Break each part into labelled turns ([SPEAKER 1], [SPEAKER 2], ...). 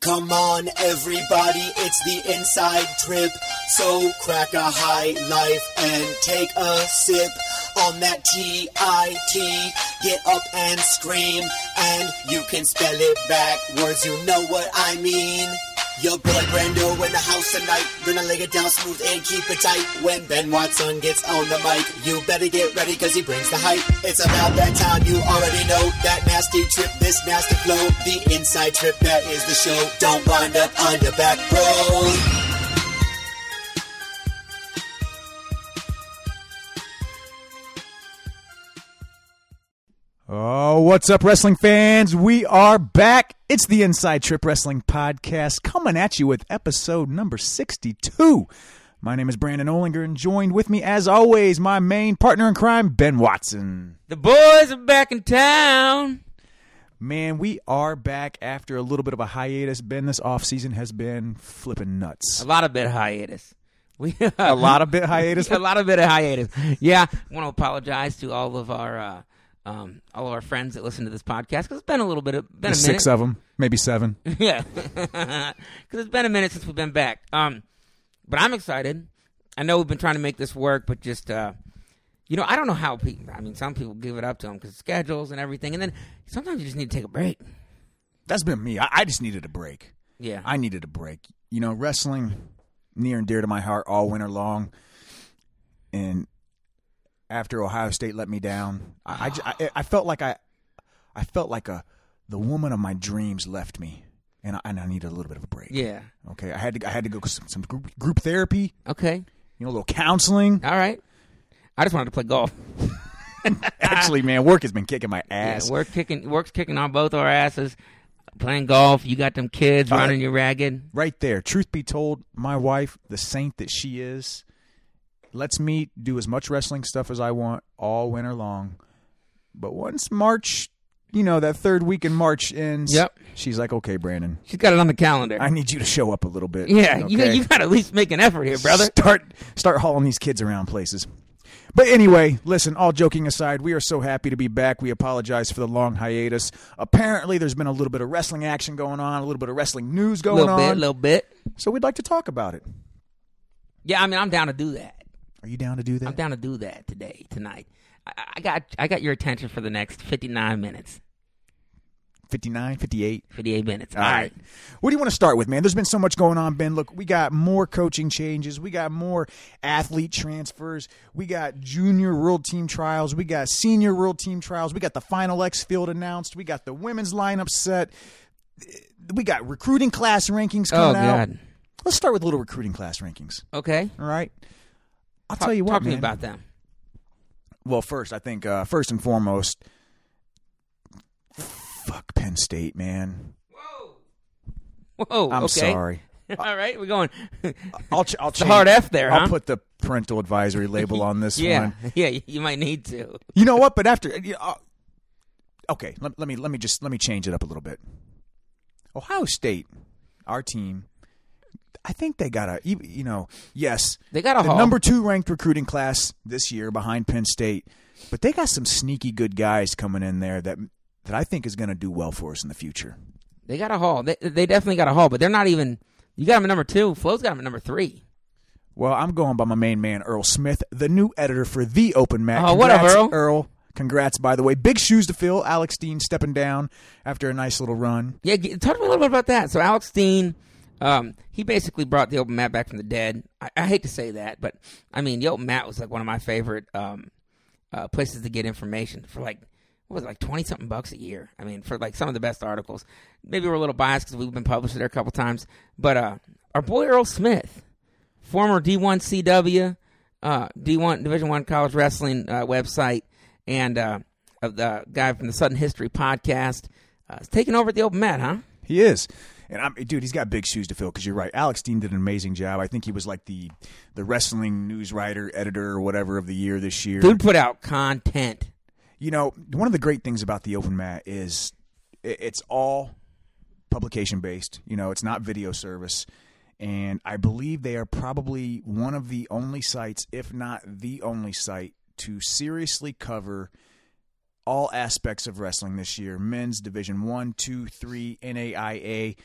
[SPEAKER 1] Come on, everybody, it's the inside trip. So crack a high life and take a sip on that T-I-T. Get up and scream, and you can spell it backwards. You know what I mean. Your boy Brando in the house tonight. Gonna lay it down smooth and keep it tight. When Ben Watson gets on the mic, you better get ready cause he brings the hype. It's about that time, you already know. That nasty trip, this nasty flow. The inside trip, that is the show. Don't wind up on your back, bro.
[SPEAKER 2] Oh, what's up, wrestling fans? We are back. It's the Inside Trip Wrestling Podcast coming at you with episode number 62. My name is Brandon Olinger, and joined with me, as always, my main partner in crime, Ben Watson.
[SPEAKER 3] The boys are back in town.
[SPEAKER 2] Man, we are back after a little bit of a hiatus. Ben, this offseason has been flipping nuts.
[SPEAKER 3] A lot of bit hiatus. We
[SPEAKER 2] A lot of bit hiatus.
[SPEAKER 3] a lot of bit of hiatus. Yeah, want to apologize to all of our uh, um, all of our friends that listen to this podcast because it's been a little bit of been a minute.
[SPEAKER 2] Six of them, maybe seven.
[SPEAKER 3] Yeah, because it's been a minute since we've been back. Um, but I'm excited. I know we've been trying to make this work, but just uh, you know, I don't know how people. I mean, some people give it up to them because schedules and everything, and then sometimes you just need to take a break.
[SPEAKER 2] That's been me. I, I just needed a break.
[SPEAKER 3] Yeah,
[SPEAKER 2] I needed a break. You know, wrestling near and dear to my heart all winter long, and after Ohio State let me down, I I j- I, I felt like I I felt like a the woman of my dreams left me, and I, and I needed a little bit of a break.
[SPEAKER 3] yeah.
[SPEAKER 2] Okay, I had to I had to go some, some group, group therapy,
[SPEAKER 3] Okay,
[SPEAKER 2] you know, a little counseling.
[SPEAKER 3] all right. I just wanted to play golf.
[SPEAKER 2] Actually, man, work has been kicking my ass.
[SPEAKER 3] Yeah, we're kicking. Work's kicking on both our asses. Playing golf. You got them kids
[SPEAKER 2] All right.
[SPEAKER 3] running you ragged.
[SPEAKER 2] right there. Truth be told, my wife, the saint that she is, lets me do as much wrestling stuff as I want all winter long. But once March, you know, that third week in March ends,
[SPEAKER 3] Yep.
[SPEAKER 2] she's like, okay, Brandon,
[SPEAKER 3] She's got it on the calendar.
[SPEAKER 2] I need you to show up a little bit.
[SPEAKER 3] yeah, you,
[SPEAKER 2] okay?
[SPEAKER 3] you got to at least make an effort here, brother.
[SPEAKER 2] Start start hauling these kids around places. But anyway, listen, all joking aside, we are so happy to be back. We apologize for the long hiatus. Apparently, there's been a little bit of wrestling action going on, a little bit of wrestling news
[SPEAKER 3] A
[SPEAKER 2] going
[SPEAKER 3] little bit,
[SPEAKER 2] on.
[SPEAKER 3] a little bit.
[SPEAKER 2] So we'd like to talk about it.
[SPEAKER 3] Yeah, I mean, I'm down to do that.
[SPEAKER 2] Are you down to do that?
[SPEAKER 3] I'm down to do that today, tonight. I, I got, I got your attention for the next 59 minutes,
[SPEAKER 2] 59, 58.
[SPEAKER 3] 58 minutes.
[SPEAKER 2] All right. What do you want to start with, man? There's been so much going on, Ben. Look, we got more coaching changes. We got more athlete transfers. We got junior world team trials. We got senior world team trials. We got the final X field announced. We got the women's lineup set. We got recruiting class rankings
[SPEAKER 3] Oh
[SPEAKER 2] coming out.
[SPEAKER 3] God.
[SPEAKER 2] Let's start with a little recruiting class rankings.
[SPEAKER 3] Okay.
[SPEAKER 2] All right. I'll
[SPEAKER 3] Talk,
[SPEAKER 2] tell you what,
[SPEAKER 3] talk to
[SPEAKER 2] man.
[SPEAKER 3] me about them.
[SPEAKER 2] well, first, I think uh, first and foremost, fuck Penn State, man.
[SPEAKER 3] Whoa.
[SPEAKER 2] I'm
[SPEAKER 3] okay.
[SPEAKER 2] sorry.
[SPEAKER 3] All right, we're going.
[SPEAKER 2] I'll ch- I'll
[SPEAKER 3] a
[SPEAKER 2] change-
[SPEAKER 3] hard F there,
[SPEAKER 2] I'll
[SPEAKER 3] huh?
[SPEAKER 2] put the parental advisory label on this
[SPEAKER 3] yeah,
[SPEAKER 2] one.
[SPEAKER 3] yeah. You might need to.
[SPEAKER 2] You know what? But after you know, uh, okay, let, let me let me just let me change it up a little bit. Ohio State, our team, I think they got a you you know yes
[SPEAKER 3] They got a
[SPEAKER 2] the
[SPEAKER 3] haul.
[SPEAKER 2] number two ranked recruiting class this year behind Penn State, but they got some sneaky good guys coming in there that that I think is going to do well for us in the future.
[SPEAKER 3] They got a haul. They, they definitely got a haul, but they're not even. You got them at number two. Flo's got them at number three.
[SPEAKER 2] Well, I'm going by my main man, Earl Smith, the new editor for The Open Mat.
[SPEAKER 3] Oh, what up,
[SPEAKER 2] Congrats,
[SPEAKER 3] Earl?
[SPEAKER 2] Earl, congrats, by the way. Big shoes to fill. Alex Dean stepping down after a nice little run.
[SPEAKER 3] Yeah, g- talk to me a little bit about that. So Alex Dean, um, he basically brought the open mat back from the dead. I, I hate to say that, but I mean, the open mat was like one of my favorite um, uh, places to get information for like what was it, like twenty something bucks a year. I mean, for like some of the best articles. Maybe we're a little biased because we've been published there a couple times, but uh, our boy Earl Smith, former D one CW, uh, D one Division one college wrestling uh, website, and uh, of the guy from the Sudden History podcast. Uh, is taking over at the open mat, huh?
[SPEAKER 2] He is. And I'm, dude, he's got big shoes to fill because you're right. Alex Dean did an amazing job. I think he was like the the wrestling news writer, editor, or whatever of the year this year.
[SPEAKER 3] Dude put out content.
[SPEAKER 2] You know, one of the great things about the open mat is i- it's all publication based. You know, it's not video service. And I believe they are probably one of the only sites, if not the only site, to seriously cover all aspects of wrestling this year men's division one two three naia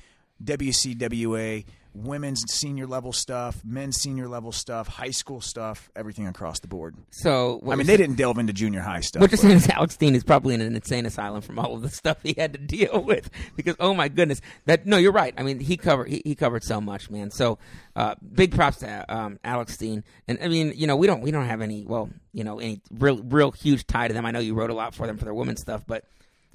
[SPEAKER 2] WCWA, women's senior level stuff, men's senior level stuff, high school stuff, everything across the board.
[SPEAKER 3] So what
[SPEAKER 2] I
[SPEAKER 3] you're
[SPEAKER 2] mean, they didn't delve into junior high stuff.
[SPEAKER 3] What you're
[SPEAKER 2] but-
[SPEAKER 3] saying is Alex Dean is probably in an insane asylum from all of the stuff he had to deal with because oh my goodness that no you're right I mean he covered he, he covered so much man so uh, big props to um, Alex Dean and I mean you know we don't we don't have any well you know any real real huge tie to them I know you wrote a lot for them for their women's stuff but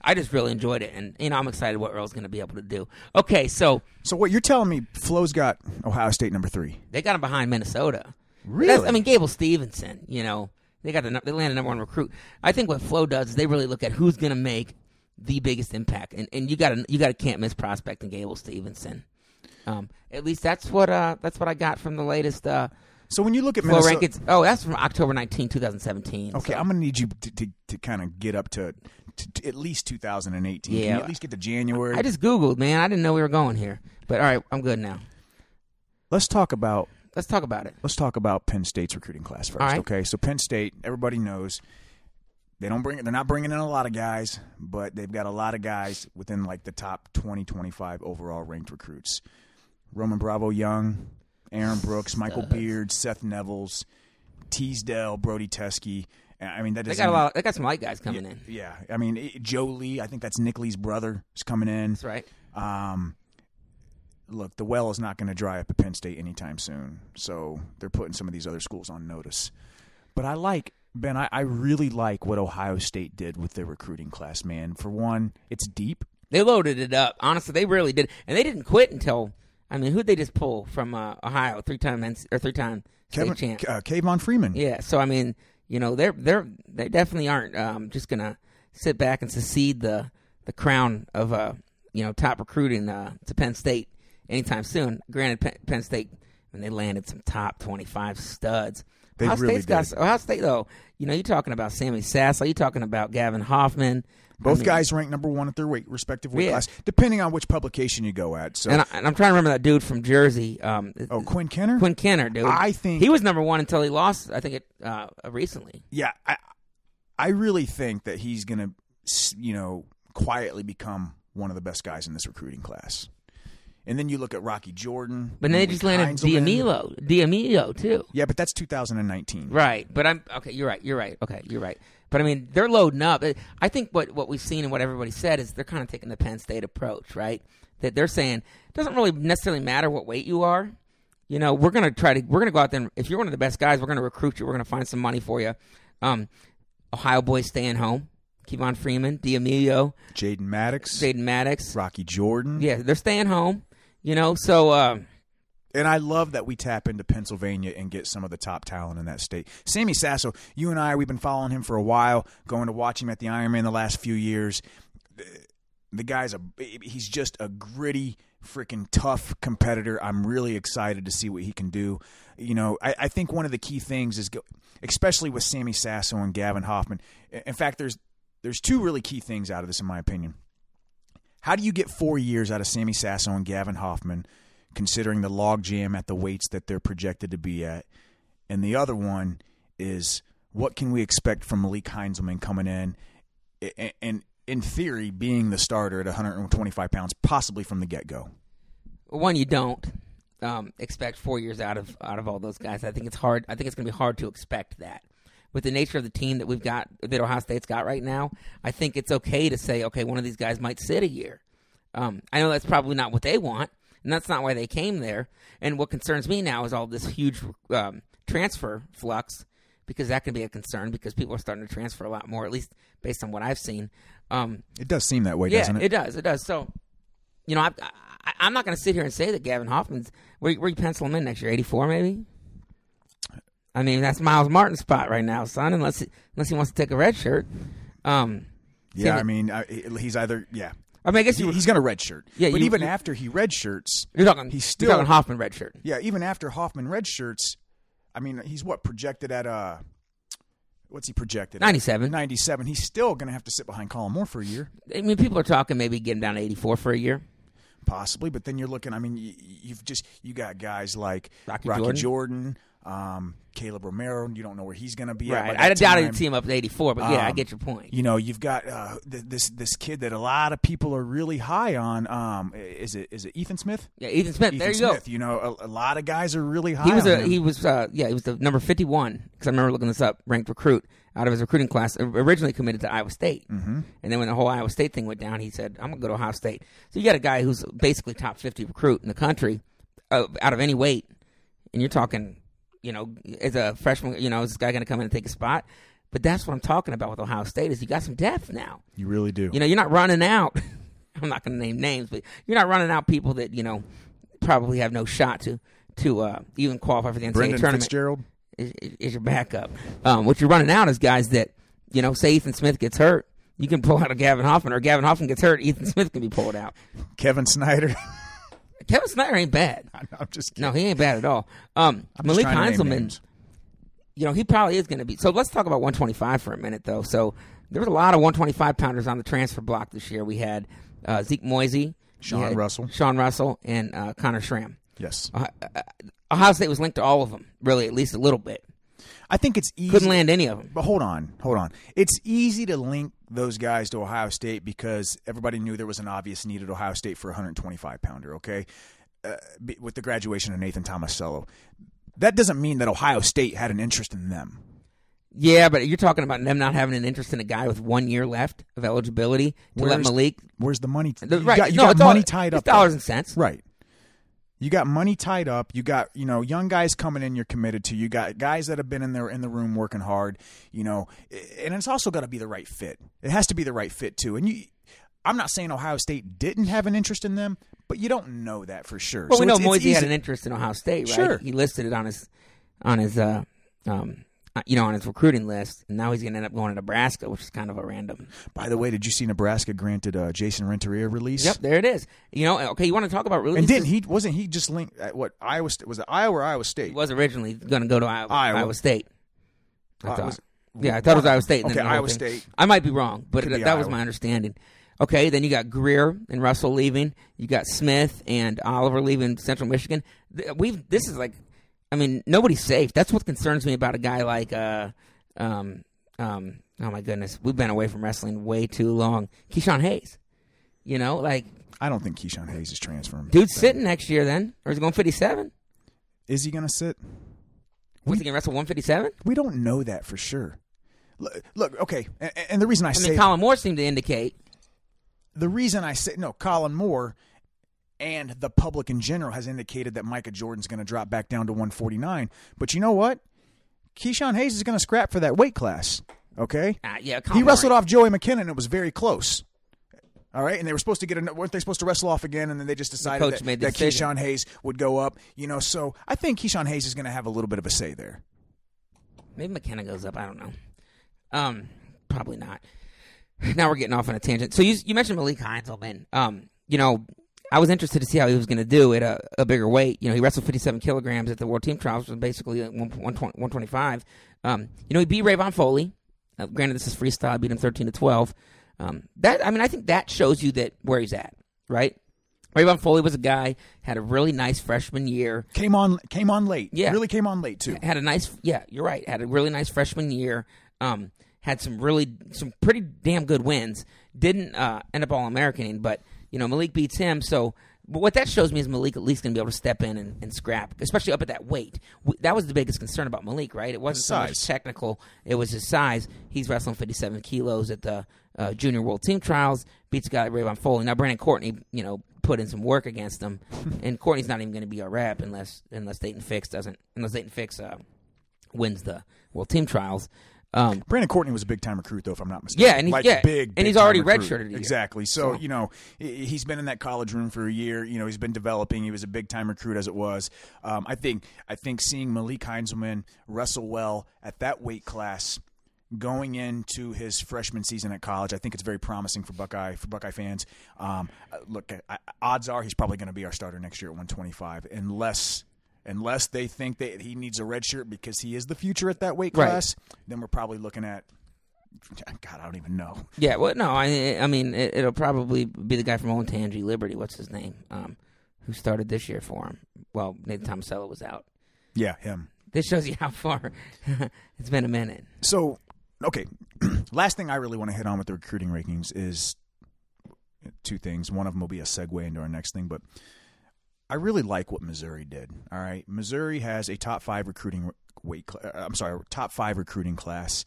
[SPEAKER 3] I just really enjoyed it and you know I'm excited what Earl's going to be able to do okay so
[SPEAKER 2] so what you're telling me, Flo's got Ohio State number three.
[SPEAKER 3] they got him behind Minnesota.
[SPEAKER 2] Really?
[SPEAKER 3] That's- I mean, Gable Stevenson. You know, they got the nu- they landed number one recruit. I think what Flo does is they really look at who's going to make the biggest impact, and and you got to you got to can't miss prospect in Gable Stevenson. Um, at least that's what uh that's what I got from the latest uh
[SPEAKER 2] So when you look at
[SPEAKER 3] Flo
[SPEAKER 2] Minnesota,
[SPEAKER 3] rankings. Oh, that's from October 19, 2017.
[SPEAKER 2] okay,
[SPEAKER 3] so-
[SPEAKER 2] I'm gonna need you to, to, to kind of get up to, to, to at least 2018. Can
[SPEAKER 3] Yeah.
[SPEAKER 2] you at least get to January.
[SPEAKER 3] I just googled, man. I didn't know we were going here, but all right, I'm good now.
[SPEAKER 2] let's talk about
[SPEAKER 3] Let's talk about it.
[SPEAKER 2] let's talk about Penn State's recruiting class first.
[SPEAKER 3] All right.
[SPEAKER 2] Okay, so Penn State, everybody knows they don't bring they're not bringing in a lot of guys, but they've got a lot of guys within like the top 20, 25 overall ranked recruits. Roman Bravo, Young, Aaron Brooks, Michael Beard, Seth Nevels, Teasdale, Brody Teskey. And, I mean, that
[SPEAKER 3] They
[SPEAKER 2] doesn't-
[SPEAKER 3] got a lot. They got some light guys coming in.
[SPEAKER 2] Yeah, I mean it, Joe Lee. I think that's Nick Lee's brother is coming in.
[SPEAKER 3] That's right.
[SPEAKER 2] Um, look, the well is not going to dry up at Penn State anytime soon, so they're putting some of these other schools on notice. But I like Ben. I, I really like what Ohio State did with their recruiting class. Man, for one, it's deep.
[SPEAKER 3] They loaded it up. Honestly, they really did, and they didn't quit until I mean, who'd they just pull from uh, Ohio? Three time or three time state
[SPEAKER 2] Kevin
[SPEAKER 3] champ.
[SPEAKER 2] uh, Kayvon Freeman.
[SPEAKER 3] Yeah. So I mean, you know, they're they're they definitely aren't um, just gonna sit back and secede the the crown of uh you know top recruiting uh, to Penn State anytime soon. Granted, Penn, Penn State and they landed some top twenty five studs.
[SPEAKER 2] They
[SPEAKER 3] Ohio
[SPEAKER 2] really
[SPEAKER 3] State's got
[SPEAKER 2] did.
[SPEAKER 3] Ohio State though. You know, you're talking about Sammy Sassa. You're talking about Gavin Hoffman. I
[SPEAKER 2] Both
[SPEAKER 3] mean-
[SPEAKER 2] guys ranked number one at their weight, respective weight
[SPEAKER 3] Yeah.
[SPEAKER 2] class, depending on which publication you go at. So,
[SPEAKER 3] And, I, and I'm trying to remember that dude from Jersey. Um,
[SPEAKER 2] oh, Quinn Kenner.
[SPEAKER 3] Quinn Kenner, dude.
[SPEAKER 2] I think-
[SPEAKER 3] he was number one until he lost. I think it uh, recently.
[SPEAKER 2] yeah, I I really think that he's going to you know quietly become one of the best guys in this recruiting class. And then you look at Rocky Jordan.
[SPEAKER 3] But then they
[SPEAKER 2] Malik
[SPEAKER 3] just landed
[SPEAKER 2] Mm, Heinzelman.
[SPEAKER 3] D'Amilo, D'Amilo too.
[SPEAKER 2] Yeah, but that's 2019.
[SPEAKER 3] Right, but I'm okay. You're right. You're right. Okay, you're right. But I mean, they're loading up. It- I think what what we've seen and what everybody said is they're kind of taking the Penn State approach, right? That they're saying it doesn't really necessarily matter what weight you are. You know, we're gonna try to we're gonna go out there. and If you're one of the best guys, we're gonna recruit you. We're gonna find some money for you. Um, Ohio boys staying home. Kevon Freeman, D'Amelio,
[SPEAKER 2] Jaden Maddox,
[SPEAKER 3] Jaden Maddox.
[SPEAKER 2] Rocky Jordan.
[SPEAKER 3] Yeah, they're staying home. You know, so uh,
[SPEAKER 2] And I love that we tap into Pennsylvania and get some of the top talent in that state. Sammy Sasso, you and I, we've been following him for a while, going to watch him at the Ironman the last few years. The guy's a he's just a gritty, freaking tough competitor. I'm really excited to see what he can do. You know, I, I think one of the key things is, go, especially with Sammy Sasso and Gavin Hoffman. In fact, there's there's two really key things out of this, in my opinion. How do you get four years out of Sammy Sasso and Gavin Hoffman, considering the logjam at the weights that they're projected to be at? And the other one is what can we expect from Malik Heinzelman coming in a- a- and, in theory, being the starter at 125 pounds, possibly from the get go? One,
[SPEAKER 3] one you don't um, expect four years out of out of all those guys. I think it's hard. I think it's going to be hard to expect that with the nature of the team that we've got that Ohio State's got right now. I think it's okay to say okay, one of these guys might sit a year. Um, I know that's probably not what they want, and that's not why they came there. And what concerns me now is all this huge um, transfer flux because that can be a concern because people are starting to transfer a lot more, at least based on what I've seen. Um,
[SPEAKER 2] It does seem that way,
[SPEAKER 3] yeah,
[SPEAKER 2] doesn't it?
[SPEAKER 3] does. It does. So, you know, I, I, I'm not going to sit here and say that Gavin Hoffman's. Where, where you pencil him in next year? 84, maybe. I mean, that's Miles Martin's spot right now, son. Unless he, unless he wants to take a red shirt. Um,
[SPEAKER 2] yeah,
[SPEAKER 3] Sammy-
[SPEAKER 2] I mean, I, he's either, yeah.
[SPEAKER 3] I mean, I guess
[SPEAKER 2] He,
[SPEAKER 3] you,
[SPEAKER 2] he's going to redshirt.
[SPEAKER 3] Yeah,
[SPEAKER 2] but
[SPEAKER 3] you-
[SPEAKER 2] even
[SPEAKER 3] you-
[SPEAKER 2] after he redshirts,
[SPEAKER 3] you're talking.
[SPEAKER 2] he's
[SPEAKER 3] you're
[SPEAKER 2] still
[SPEAKER 3] talking Hoffman red shirt.
[SPEAKER 2] Yeah, even after Hoffman redshirts, I mean, he's what projected at uh, what's he projected? at?
[SPEAKER 3] 97.
[SPEAKER 2] Ninety-seven. He's still going to have to sit behind Colin Moore for a year,
[SPEAKER 3] I mean, people are talking maybe getting down to 84 for a year.
[SPEAKER 2] possibly. But then you're looking. I mean, you, you've just you got guys like
[SPEAKER 3] Rocky Jordan.
[SPEAKER 2] Jordan, Um, Caleb Romero, you don't know where he's going to be. at by
[SPEAKER 3] Right.
[SPEAKER 2] that
[SPEAKER 3] I doubt
[SPEAKER 2] time.
[SPEAKER 3] he'd team up at 84, but yeah, I
[SPEAKER 2] Um,
[SPEAKER 3] get your point.
[SPEAKER 2] You know, you've got uh, th- this this kid that a lot of people are really high on. Um, is it is it Ethan Smith?
[SPEAKER 3] Yeah, Ethan Smith.
[SPEAKER 2] Ethan
[SPEAKER 3] there you
[SPEAKER 2] Smith, You know, a, a lot of guys are really high.
[SPEAKER 3] go. He was
[SPEAKER 2] on
[SPEAKER 3] a
[SPEAKER 2] him.
[SPEAKER 3] he was uh, yeah he was the number 51 because I remember looking this up ranked recruit out of his recruiting class o- originally committed to Iowa State mm-hmm. and then when the whole Iowa State thing went down he said I'm gonna go to Ohio State so you got a guy who's basically top 50 recruit in the country uh, out of any weight and you're talking you know as a freshman you know is this guy gonna come in and take a spot but that's what I'm talking about with Ohio State is you got some depth now
[SPEAKER 2] you really do.
[SPEAKER 3] You know, you're not running out. I'm not going to name names, but you're not running out people that you know probably have no shot to to uh, even qualify for the NCAA
[SPEAKER 2] Brendan
[SPEAKER 3] tournament.
[SPEAKER 2] Fitzgerald.
[SPEAKER 3] Is, is- is your backup? Um, what you're running out is guys that you know. Say Ethan Smith gets hurt, you can pull out a Gavin Hoffman, or Gavin Hoffman gets hurt, Ethan Smith can be pulled out.
[SPEAKER 2] Kevin Snyder.
[SPEAKER 3] Kevin Snyder ain't bad.
[SPEAKER 2] I'm just kidding.
[SPEAKER 3] No, he ain't bad at all. Um,
[SPEAKER 2] I'm just
[SPEAKER 3] Malik
[SPEAKER 2] trying to name
[SPEAKER 3] Heinzelman,
[SPEAKER 2] names.
[SPEAKER 3] you know, he probably is going to be. So let's talk about 125 for a minute, though. So there was a lot of 125 pounders on the transfer block this year. We had uh, Zeke Moisey, we
[SPEAKER 2] Sean
[SPEAKER 3] had
[SPEAKER 2] Russell.
[SPEAKER 3] Sean Russell, and uh, Connor Schramm.
[SPEAKER 2] Yes,
[SPEAKER 3] Uh, uh, Ohio State was linked to all of them, really, at least a little bit.
[SPEAKER 2] I think it's easy.
[SPEAKER 3] Couldn't land any of them.
[SPEAKER 2] But hold on, hold on. It's easy to link those guys to Ohio State because everybody knew there was an obvious need at Ohio State for a 125 pounder. Okay, uh, be- with the graduation of Nathan Tomasello, that doesn't mean that Ohio State had an interest in them.
[SPEAKER 3] Yeah, but you're talking about them not having an interest in a guy with one year left of eligibility to let
[SPEAKER 2] Where's-
[SPEAKER 3] Malik.
[SPEAKER 2] Where's the money?
[SPEAKER 3] The-
[SPEAKER 2] you
[SPEAKER 3] right,
[SPEAKER 2] got, you
[SPEAKER 3] no,
[SPEAKER 2] got
[SPEAKER 3] it's all-
[SPEAKER 2] money tied
[SPEAKER 3] it's
[SPEAKER 2] up.
[SPEAKER 3] dollars
[SPEAKER 2] there.
[SPEAKER 3] and cents.
[SPEAKER 2] Right. You got money tied up. You got you know young guys coming in. You're committed to. You got guys that have been in there in the room working hard. You know, and it's also got to be the right fit. It has to be the right fit too. And you, I'm not saying Ohio State didn't have an interest in them, but you don't know that for sure.
[SPEAKER 3] Well,
[SPEAKER 2] So
[SPEAKER 3] we know
[SPEAKER 2] it's- it's
[SPEAKER 3] Moisey had
[SPEAKER 2] easy-
[SPEAKER 3] an interest in Ohio State, right?
[SPEAKER 2] Sure.
[SPEAKER 3] He listed it on his on his uh, um, uh, you know on his recruiting list, and now he's going to end up going to Nebraska, which is kind of a random.
[SPEAKER 2] By the way, did you see Nebraska granted uh, Jason Renteria a release?
[SPEAKER 3] Yep, there it is. You know, okay, you want to talk about releases?
[SPEAKER 2] And didn't he? Wasn't he just linked at what Iowa State was it Iowa or Iowa State?
[SPEAKER 3] He was originally going to go to Iowa,
[SPEAKER 2] Iowa.
[SPEAKER 3] Iowa State. I
[SPEAKER 2] Uh,
[SPEAKER 3] thought.
[SPEAKER 2] was-
[SPEAKER 3] yeah, I thought it was Iowa State. And
[SPEAKER 2] Okay,
[SPEAKER 3] then the whole
[SPEAKER 2] Iowa
[SPEAKER 3] thing.
[SPEAKER 2] State.
[SPEAKER 3] I might be wrong, but
[SPEAKER 2] Could
[SPEAKER 3] that,
[SPEAKER 2] be
[SPEAKER 3] that was
[SPEAKER 2] Iowa.
[SPEAKER 3] my understanding. Okay, then you got Greer and Russell leaving. You got Smith and Oliver leaving Central Michigan. Th- We've this is like, I mean, nobody's safe. That's what concerns me about a guy like, uh, um, um, oh my goodness, we've been away from wrestling way too long. Keyshawn Hayes, you know, like
[SPEAKER 2] I don't think Keyshawn Hayes is transferring.
[SPEAKER 3] dude's sitting next year then, or is he going fifty seven?
[SPEAKER 2] Is he going to sit?
[SPEAKER 3] What's he going to wrestle one fifty seven?
[SPEAKER 2] We don't know that for sure. Look, look okay, and, and the reason I,
[SPEAKER 3] I
[SPEAKER 2] say
[SPEAKER 3] mean, Colin Moore seemed to indicate
[SPEAKER 2] the reason I say no, Colin Moore and the public in general has indicated that Micah Jordan's going to drop back down to 149. But you know what? Keyshawn Hayes is going to scrap for that weight class. Okay,
[SPEAKER 3] Ah, yeah, Colin
[SPEAKER 2] he
[SPEAKER 3] Moore
[SPEAKER 2] wrestled
[SPEAKER 3] ain't-
[SPEAKER 2] off Joey McKinnon. It was very close. All right, and they were supposed to get a, weren't they supposed to wrestle off again? And then they just decided
[SPEAKER 3] coach
[SPEAKER 2] that,
[SPEAKER 3] made the
[SPEAKER 2] that
[SPEAKER 3] decision.
[SPEAKER 2] Keyshawn Hayes would go up. You know, so I think Keyshawn Hayes is going to have a little bit of a say there.
[SPEAKER 3] Maybe McKenna goes up. I don't know. Um, probably not. Now we're getting off on a tangent. So you you mentioned Malik Heinzelman. Um, you know, I was interested to see how he was going to do at a, a bigger weight. You know, he wrestled 57 kilograms at the World Team Trials, which was basically at one- 120 125. Um, you know, he beat Rayvon Foley. Uh, granted, this is freestyle. I beat him 13 to 12. Um, that I mean, I think that shows you that where he's at, right? Rayvon Foley was a guy had a really nice freshman year.
[SPEAKER 2] Came on, came on late.
[SPEAKER 3] Yeah.
[SPEAKER 2] really came on late too.
[SPEAKER 3] had a nice yeah you're right had a really nice freshman year um had some really some pretty damn good wins didn't uh end up all americaning but you know malik beats him so but what that shows me is Malik at least going to be able to step in and, and scrap, especially up at that weight. W- that was the biggest concern about Malik, right? It wasn't so much
[SPEAKER 2] size.
[SPEAKER 3] technical; it was his size. He's wrestling 57 kilos at the uh, junior world team trials. Beats a guy like Rayvon Foley. Now Brandon Courtney, you know, put in some work against him, and Courtney's not even going to be a rep unless unless Dayton Fix doesn't unless Dayton Fix uh, wins the world team trials. Um,
[SPEAKER 2] Brandon Courtney was a big time recruit, though, if I'm not mistaken.
[SPEAKER 3] Yeah, and he's-
[SPEAKER 2] like,
[SPEAKER 3] yeah,
[SPEAKER 2] big,
[SPEAKER 3] and
[SPEAKER 2] big
[SPEAKER 3] he's already
[SPEAKER 2] recruit.
[SPEAKER 3] redshirted a year.
[SPEAKER 2] Exactly. So,
[SPEAKER 3] So-
[SPEAKER 2] you know, he- he's been in that college room for a year. You know, he's been developing. He was a big time recruit as it was. Um, I think. I think seeing Malik Heinzelman wrestle well at that weight class. Going into his freshman season at college, I think it's very promising for Buckeye for Buckeye fans. Um, uh, look, I, odds are he's probably going to be our starter next year at 125, unless unless they think that he needs a red shirt because he is the future at that weight
[SPEAKER 3] Right.
[SPEAKER 2] class. Then we're probably looking at God, I don't even know.
[SPEAKER 3] yeah, well, no, I I mean it, it'll probably be the guy from Olentangy Liberty. What's his name? Um, who started this year for him? Well, Nathan Tomasello was out.
[SPEAKER 2] Yeah, him.
[SPEAKER 3] This shows you how far it's been a minute.
[SPEAKER 2] So, okay. Last thing I really want to hit on with the recruiting rankings is two things. One of them will be a segue into our next thing, but I really like what Missouri did. All right. Missouri has a top five recruiting weight, cl- uh, I'm sorry, top five recruiting class.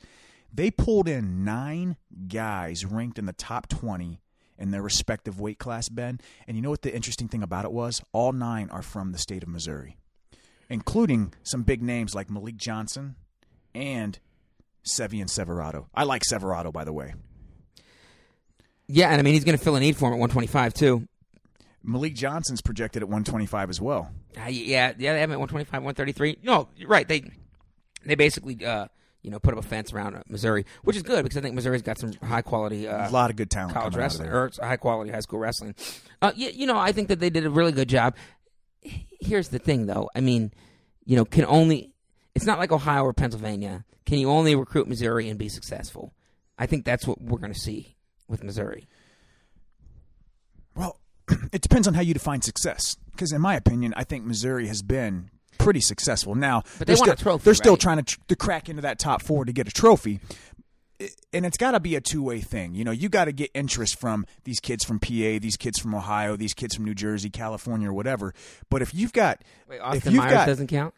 [SPEAKER 2] They pulled in nine guys ranked in the top 20 in their respective weight class, Ben. And you know what the interesting thing about it was? All nine are from the state of Missouri, including some big names like Malik Johnson and Sevian Severado. I like Severado, by the way.
[SPEAKER 3] Yeah, and I mean he's going to fill a need for him at 125 too.
[SPEAKER 2] Malik Johnson's projected at 125 as well.
[SPEAKER 3] Uh, yeah, yeah, they have him at 125, 133. No, you're right. They they basically uh, you know put up a fence around uh, Missouri, which is good because I think Missouri's got some high quality
[SPEAKER 2] A
[SPEAKER 3] uh,
[SPEAKER 2] lot of good talent.
[SPEAKER 3] college
[SPEAKER 2] coming out of
[SPEAKER 3] wrestling
[SPEAKER 2] there.
[SPEAKER 3] or high quality high school wrestling. Uh, you, you know, I think that they did a really good job. Here's the thing, though. I mean, you know, can only it's not like Ohio or Pennsylvania. Can you only recruit Missouri and be successful? I think that's what we're going to see with Missouri.
[SPEAKER 2] Well, it depends on how you define success. Because in my opinion, I think Missouri has been pretty successful. Now,
[SPEAKER 3] But they
[SPEAKER 2] they're
[SPEAKER 3] want a
[SPEAKER 2] still-
[SPEAKER 3] trophy,
[SPEAKER 2] They're still
[SPEAKER 3] right?
[SPEAKER 2] trying to, tr- to crack into that top four to get a trophy. I- And it's got to be a two way thing. You know, you got to get interest from these kids from PA, these kids from Ohio, these kids from New Jersey, California, or whatever. But if you've got,
[SPEAKER 3] Wait,
[SPEAKER 2] if
[SPEAKER 3] Austin
[SPEAKER 2] you've
[SPEAKER 3] Myers
[SPEAKER 2] got,
[SPEAKER 3] doesn't count.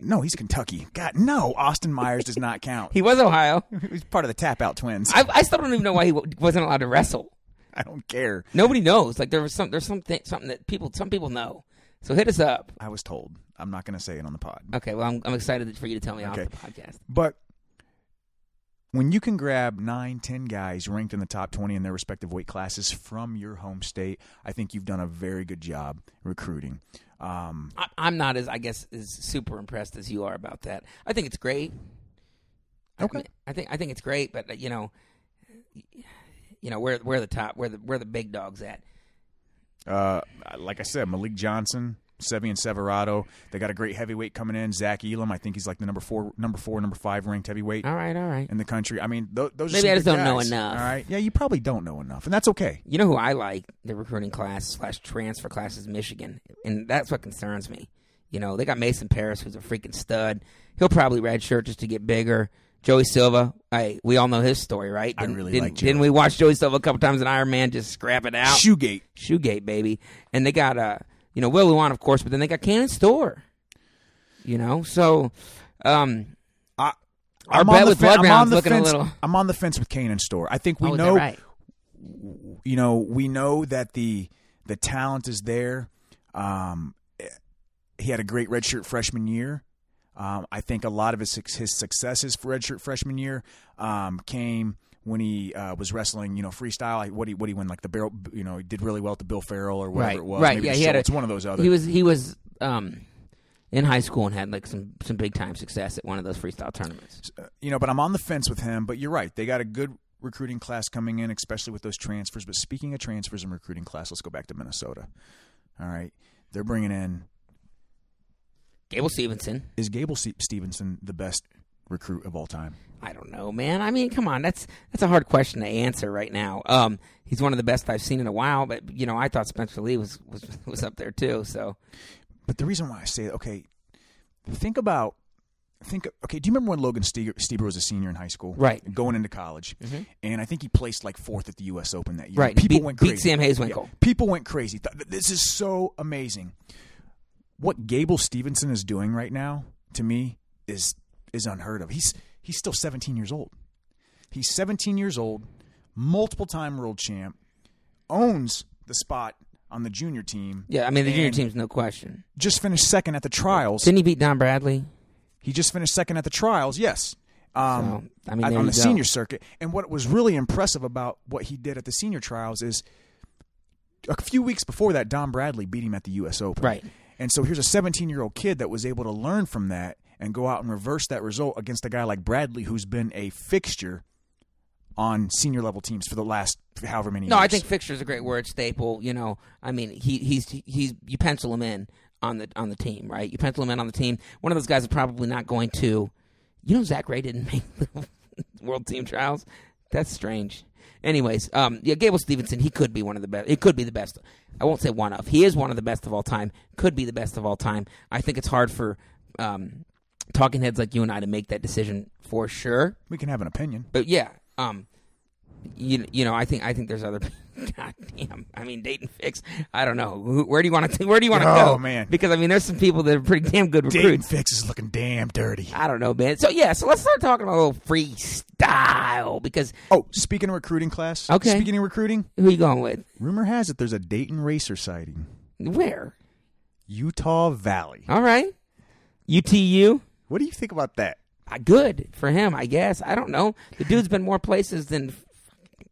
[SPEAKER 2] no, he's Kentucky. God, no, Austin Myers does not count.
[SPEAKER 3] He was Ohio.
[SPEAKER 2] He's part of the Tap Out Twins.
[SPEAKER 3] I, I still don't even know why he w- wasn't allowed to wrestle.
[SPEAKER 2] I don't care.
[SPEAKER 3] Nobody knows. Like there was some there's something something that people some people know. So hit us up.
[SPEAKER 2] I was told. I'm not going to say it on the pod.
[SPEAKER 3] Okay, well I'm I'm excited for you to tell me
[SPEAKER 2] Okay.
[SPEAKER 3] off the podcast.
[SPEAKER 2] But when you can grab nine, ten guys ranked in the top 20 in their respective weight classes from your home state, I think you've done a very good job recruiting. Um,
[SPEAKER 3] I, I'm not as I guess as super impressed as you are about that. I think it's great.
[SPEAKER 2] Okay.
[SPEAKER 3] I, mean, I think I think it's great, but uh, you know, you know where where the top where the where the big dogs at.
[SPEAKER 2] uh, like I said, Malik Johnson, Sevian Severado, they got a great heavyweight coming in. Zach Elam, I think he's like the number four, number four, number five ranked heavyweight
[SPEAKER 3] All right, all right.
[SPEAKER 2] in the country. I mean, th- those are
[SPEAKER 3] Maybe
[SPEAKER 2] some
[SPEAKER 3] I just
[SPEAKER 2] good
[SPEAKER 3] don't know
[SPEAKER 2] guys,
[SPEAKER 3] enough.
[SPEAKER 2] All right, yeah, you probably don't know enough, and that's okay.
[SPEAKER 3] You know who I like the recruiting class slash transfer class is Michigan, and that's what concerns me. You know they got Mason Paris, who's a freaking stud. He'll probably redshirt just to get bigger. Joey Silva, I we all know his story, right?
[SPEAKER 2] I
[SPEAKER 3] Didn't-
[SPEAKER 2] really
[SPEAKER 3] didn't,
[SPEAKER 2] like Joey.
[SPEAKER 3] Didn't we watch Joey Silva a couple times in Iron Man just scrap it out?
[SPEAKER 2] Shoegate,
[SPEAKER 3] Shoegate, baby. And they got uh, you know, Will Luan, of course, but then they got Cannon Store. You know, so um
[SPEAKER 2] I-
[SPEAKER 3] our
[SPEAKER 2] I'm
[SPEAKER 3] bet
[SPEAKER 2] on the
[SPEAKER 3] with
[SPEAKER 2] fen- I'm on
[SPEAKER 3] Bloodground's
[SPEAKER 2] the
[SPEAKER 3] looking
[SPEAKER 2] fence-
[SPEAKER 3] a little
[SPEAKER 2] I'm on the fence with Kanan Store. I think we
[SPEAKER 3] Oh, is that
[SPEAKER 2] know
[SPEAKER 3] right?
[SPEAKER 2] you know we know that the the talent is there. Um, eh, he had a great redshirt freshman year. Um, I think a lot of his suc- his successes for redshirt freshman year um, came when he uh, was wrestling. You know, freestyle. Like, What he what he won like the barrel. You know, he did really well at the Bill Farrell or whatever
[SPEAKER 3] Right,
[SPEAKER 2] it was.
[SPEAKER 3] right,
[SPEAKER 2] Maybe
[SPEAKER 3] yeah,
[SPEAKER 2] the
[SPEAKER 3] he had
[SPEAKER 2] show.
[SPEAKER 3] a-
[SPEAKER 2] it's one of those other.
[SPEAKER 3] He was he was um in high school and had like some some big time success at one of those freestyle tournaments.
[SPEAKER 2] uh, you know, but I'm on the fence with him. But you're right; they got a good recruiting class coming in, especially with those transfers. But speaking of transfers and recruiting class, let's go back to Minnesota. All right, they're bringing in
[SPEAKER 3] Gable Stevenson.
[SPEAKER 2] is Gable Se- Stevenson the best recruit of all time?
[SPEAKER 3] I don't know, man. I mean, come on, that's that's a hard question to answer right now. Um, he's one of the best I've seen in a while, but you know, I thought Spencer Lee was was, was up there too. So
[SPEAKER 2] But the reason why I say, okay, think about, think, okay, do you remember when Logan Ste- Stieber was a senior in high school?
[SPEAKER 3] Right. Mm-hmm.
[SPEAKER 2] Going into college. And I think he placed like fourth at the U.S. Open that year.
[SPEAKER 3] Right.
[SPEAKER 2] People
[SPEAKER 3] Beat-
[SPEAKER 2] went
[SPEAKER 3] beat
[SPEAKER 2] crazy.
[SPEAKER 3] Sam Hazewinkle.
[SPEAKER 2] Yeah. People went crazy. Th- This is so amazing. What Gable Stevenson is doing right now, to me, is is unheard of. He's he's still 17 years old. He's 17 years old, multiple time world champ, owns the spot on the junior team.
[SPEAKER 3] yeah, I mean, the junior
[SPEAKER 2] And-
[SPEAKER 3] team's no question.
[SPEAKER 2] Just finished second at the trials.
[SPEAKER 3] Didn't he beat Don Bradley?
[SPEAKER 2] He just finished second at the trials. Yes. Um,
[SPEAKER 3] So, I mean,
[SPEAKER 2] at-
[SPEAKER 3] there
[SPEAKER 2] on
[SPEAKER 3] you
[SPEAKER 2] the
[SPEAKER 3] go.
[SPEAKER 2] senior circuit. And what was really impressive about what he did at the senior trials is a few weeks before that, Don Bradley beat him at the U.S. Open.
[SPEAKER 3] Right.
[SPEAKER 2] And so here's a 17 year old kid that was able to learn from that and go out and reverse that result against a guy like Bradley, who's been a fixture on senior level teams for the last however many
[SPEAKER 3] No,
[SPEAKER 2] years.
[SPEAKER 3] I think fixture is a great word staple. You know, I mean, he he's he's you pencil him in on the on the team, right? You pencil him in on the team. One of those guys is probably not going to. You know, Zach Ray didn't make the World Team Trials. That's strange. Anyways, um, yeah, Gable Stevenson, he could be one of the best. It could be the best. I won't say one of. He is one of the best of all time. Could be the best of all time. I think it's hard for um, talking heads like you and I to make that decision for sure.
[SPEAKER 2] We can have an opinion.
[SPEAKER 3] But yeah, um, you you know, I think I think there's other. God damn! I mean, Dayton Fix. I don't know. Who, where do you want to? Where do you want to go?
[SPEAKER 2] Oh, man.
[SPEAKER 3] Because I mean, there's some people that are pretty damn good
[SPEAKER 2] Dayton
[SPEAKER 3] recruits.
[SPEAKER 2] Fix is looking damn dirty.
[SPEAKER 3] I don't know, man. So yeah, so let's start talking about a little freestyle because
[SPEAKER 2] Oh, speaking of recruiting class.
[SPEAKER 3] Okay.
[SPEAKER 2] Speaking of recruiting,
[SPEAKER 3] who you going with?
[SPEAKER 2] rumor has it there's a Dayton racer sighting.
[SPEAKER 3] Where?
[SPEAKER 2] Utah Valley.
[SPEAKER 3] All right, UTU.
[SPEAKER 2] What do you think about that?
[SPEAKER 3] Uh, Good for him, I guess. I don't know. The dude's been more places than.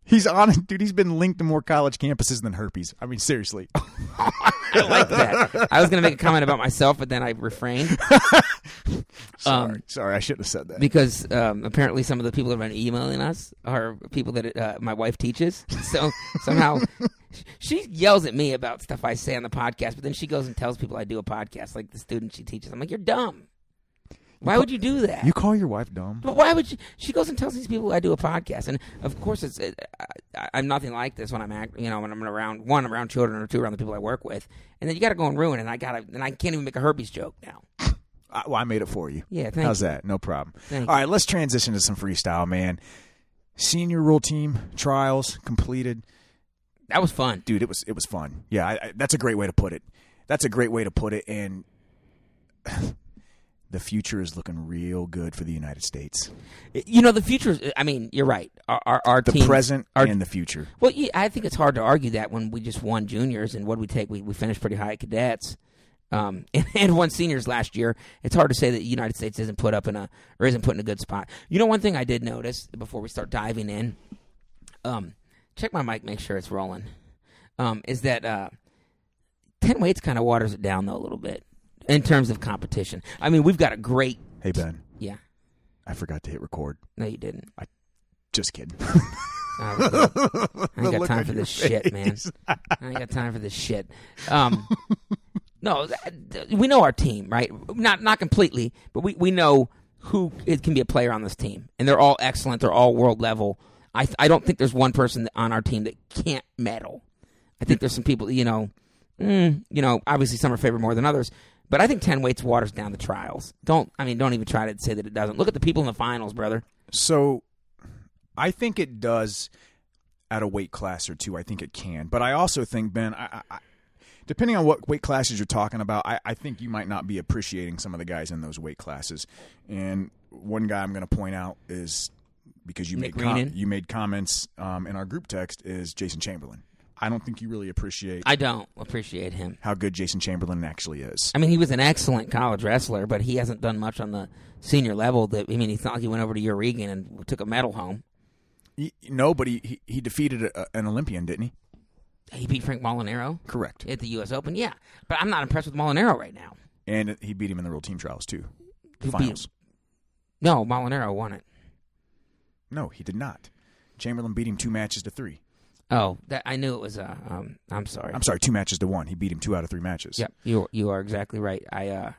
[SPEAKER 2] He's on it, dude. He's been linked to more college campuses than herpes. I mean, seriously.
[SPEAKER 3] I like that. I was going to make a comment about myself, but then I refrained.
[SPEAKER 2] sorry,
[SPEAKER 3] Um,
[SPEAKER 2] sorry, I shouldn't have said that.
[SPEAKER 3] because um, apparently some of the people that have been emailing us are people that uh, my wife teaches. So somehow she yells at me about stuff I say on the podcast, but then she goes and tells people I do a podcast, like the student she teaches. I'm like, you're dumb. Why would you do that?
[SPEAKER 2] You call your wife dumb?
[SPEAKER 3] But why would she? She goes and tells these people I do a podcast, and of course, it's it, I, I'm nothing like this when I'm act, you know when I'm around one around children or two around the people I work with, and then you got to go and ruin, it, and I got to, and I can't even make a herpes joke now.
[SPEAKER 2] I, well, I made it for you.
[SPEAKER 3] Yeah, thank
[SPEAKER 2] How's
[SPEAKER 3] you.
[SPEAKER 2] that? No problem.
[SPEAKER 3] Thank
[SPEAKER 2] All right, let's transition to some freestyle, man. Senior rule team trials completed.
[SPEAKER 3] That was fun.
[SPEAKER 2] dude, it was it was fun. Yeah, I, I, that's a great way to put it. That's a great way to put it. And the future is looking real good for the United States.
[SPEAKER 3] You know, the future. I mean, you're right. Our our, our
[SPEAKER 2] The
[SPEAKER 3] team,
[SPEAKER 2] present
[SPEAKER 3] our-
[SPEAKER 2] and the future.
[SPEAKER 3] Well, yeah, I think it's hard to argue that when we just won juniors and what we take, we we finished pretty high at cadets, um, and, and won seniors last year. It's hard to say that the United States isn't put up in a or isn't put in a good spot. You know, one thing I did notice before we start diving in, um, check my mic, make sure it's rolling, um, is that uh, ten weights kind of waters it down though a little bit in terms of competition. I mean, we've got a great
[SPEAKER 2] Hey Ben,
[SPEAKER 3] yeah.
[SPEAKER 2] I forgot to hit record.
[SPEAKER 3] No, you didn't.
[SPEAKER 2] Just kidding.
[SPEAKER 3] Oh, I was gonna- I ain't got
[SPEAKER 2] look
[SPEAKER 3] time
[SPEAKER 2] on
[SPEAKER 3] for
[SPEAKER 2] your
[SPEAKER 3] this shit, man. I ain't got time for this shit. Um, no, th- th- we know our team, right? Not not completely, but we, we know who it can be a player on this team, and they're all excellent. They're all world level. I th- I don't think there's one person on our team that can't medal. I think there's some people, you know, mm, you know, obviously some are favored more than others. But I think ten weights waters down the trials. Don't I mean? Don't even try to say that it doesn't. Look at the people in the finals, brother.
[SPEAKER 2] So I think it does at a weight class or two. I think it can. But I also think, Ben, I, I, I- depending on what weight classes you're talking about, I, I think you might not be appreciating some of the guys in those weight classes. And one guy I'm going to point out is because you
[SPEAKER 3] Nick
[SPEAKER 2] made com-
[SPEAKER 3] Greenan?
[SPEAKER 2] you made comments um, in our group text is Jason Chamberlain. I don't think you really appreciate
[SPEAKER 3] I don't appreciate him.
[SPEAKER 2] how good Jason Chamberlain actually is.
[SPEAKER 3] I mean, he was an excellent college wrestler, but he hasn't done much on the senior level. That I mean, it's not like he went over to Euregan and took a medal home.
[SPEAKER 2] He, no, but he, he, he defeated a, an Olympian, didn't he?
[SPEAKER 3] He beat Frank Molinaro
[SPEAKER 2] Correct.
[SPEAKER 3] at the U.S. Open, yeah. But I'm not impressed with Molinaro right now.
[SPEAKER 2] And he beat him in the real team trials, too.
[SPEAKER 3] Who beat
[SPEAKER 2] Finals.
[SPEAKER 3] him? No, Molinaro won it.
[SPEAKER 2] No, he did not. Chamberlain beat him two matches to three.
[SPEAKER 3] Oh, that I knew it was. Uh, um, I'm sorry.
[SPEAKER 2] I'm sorry, two matches to one. He beat him two out of three matches.
[SPEAKER 3] Yep, you you are exactly right. I uh,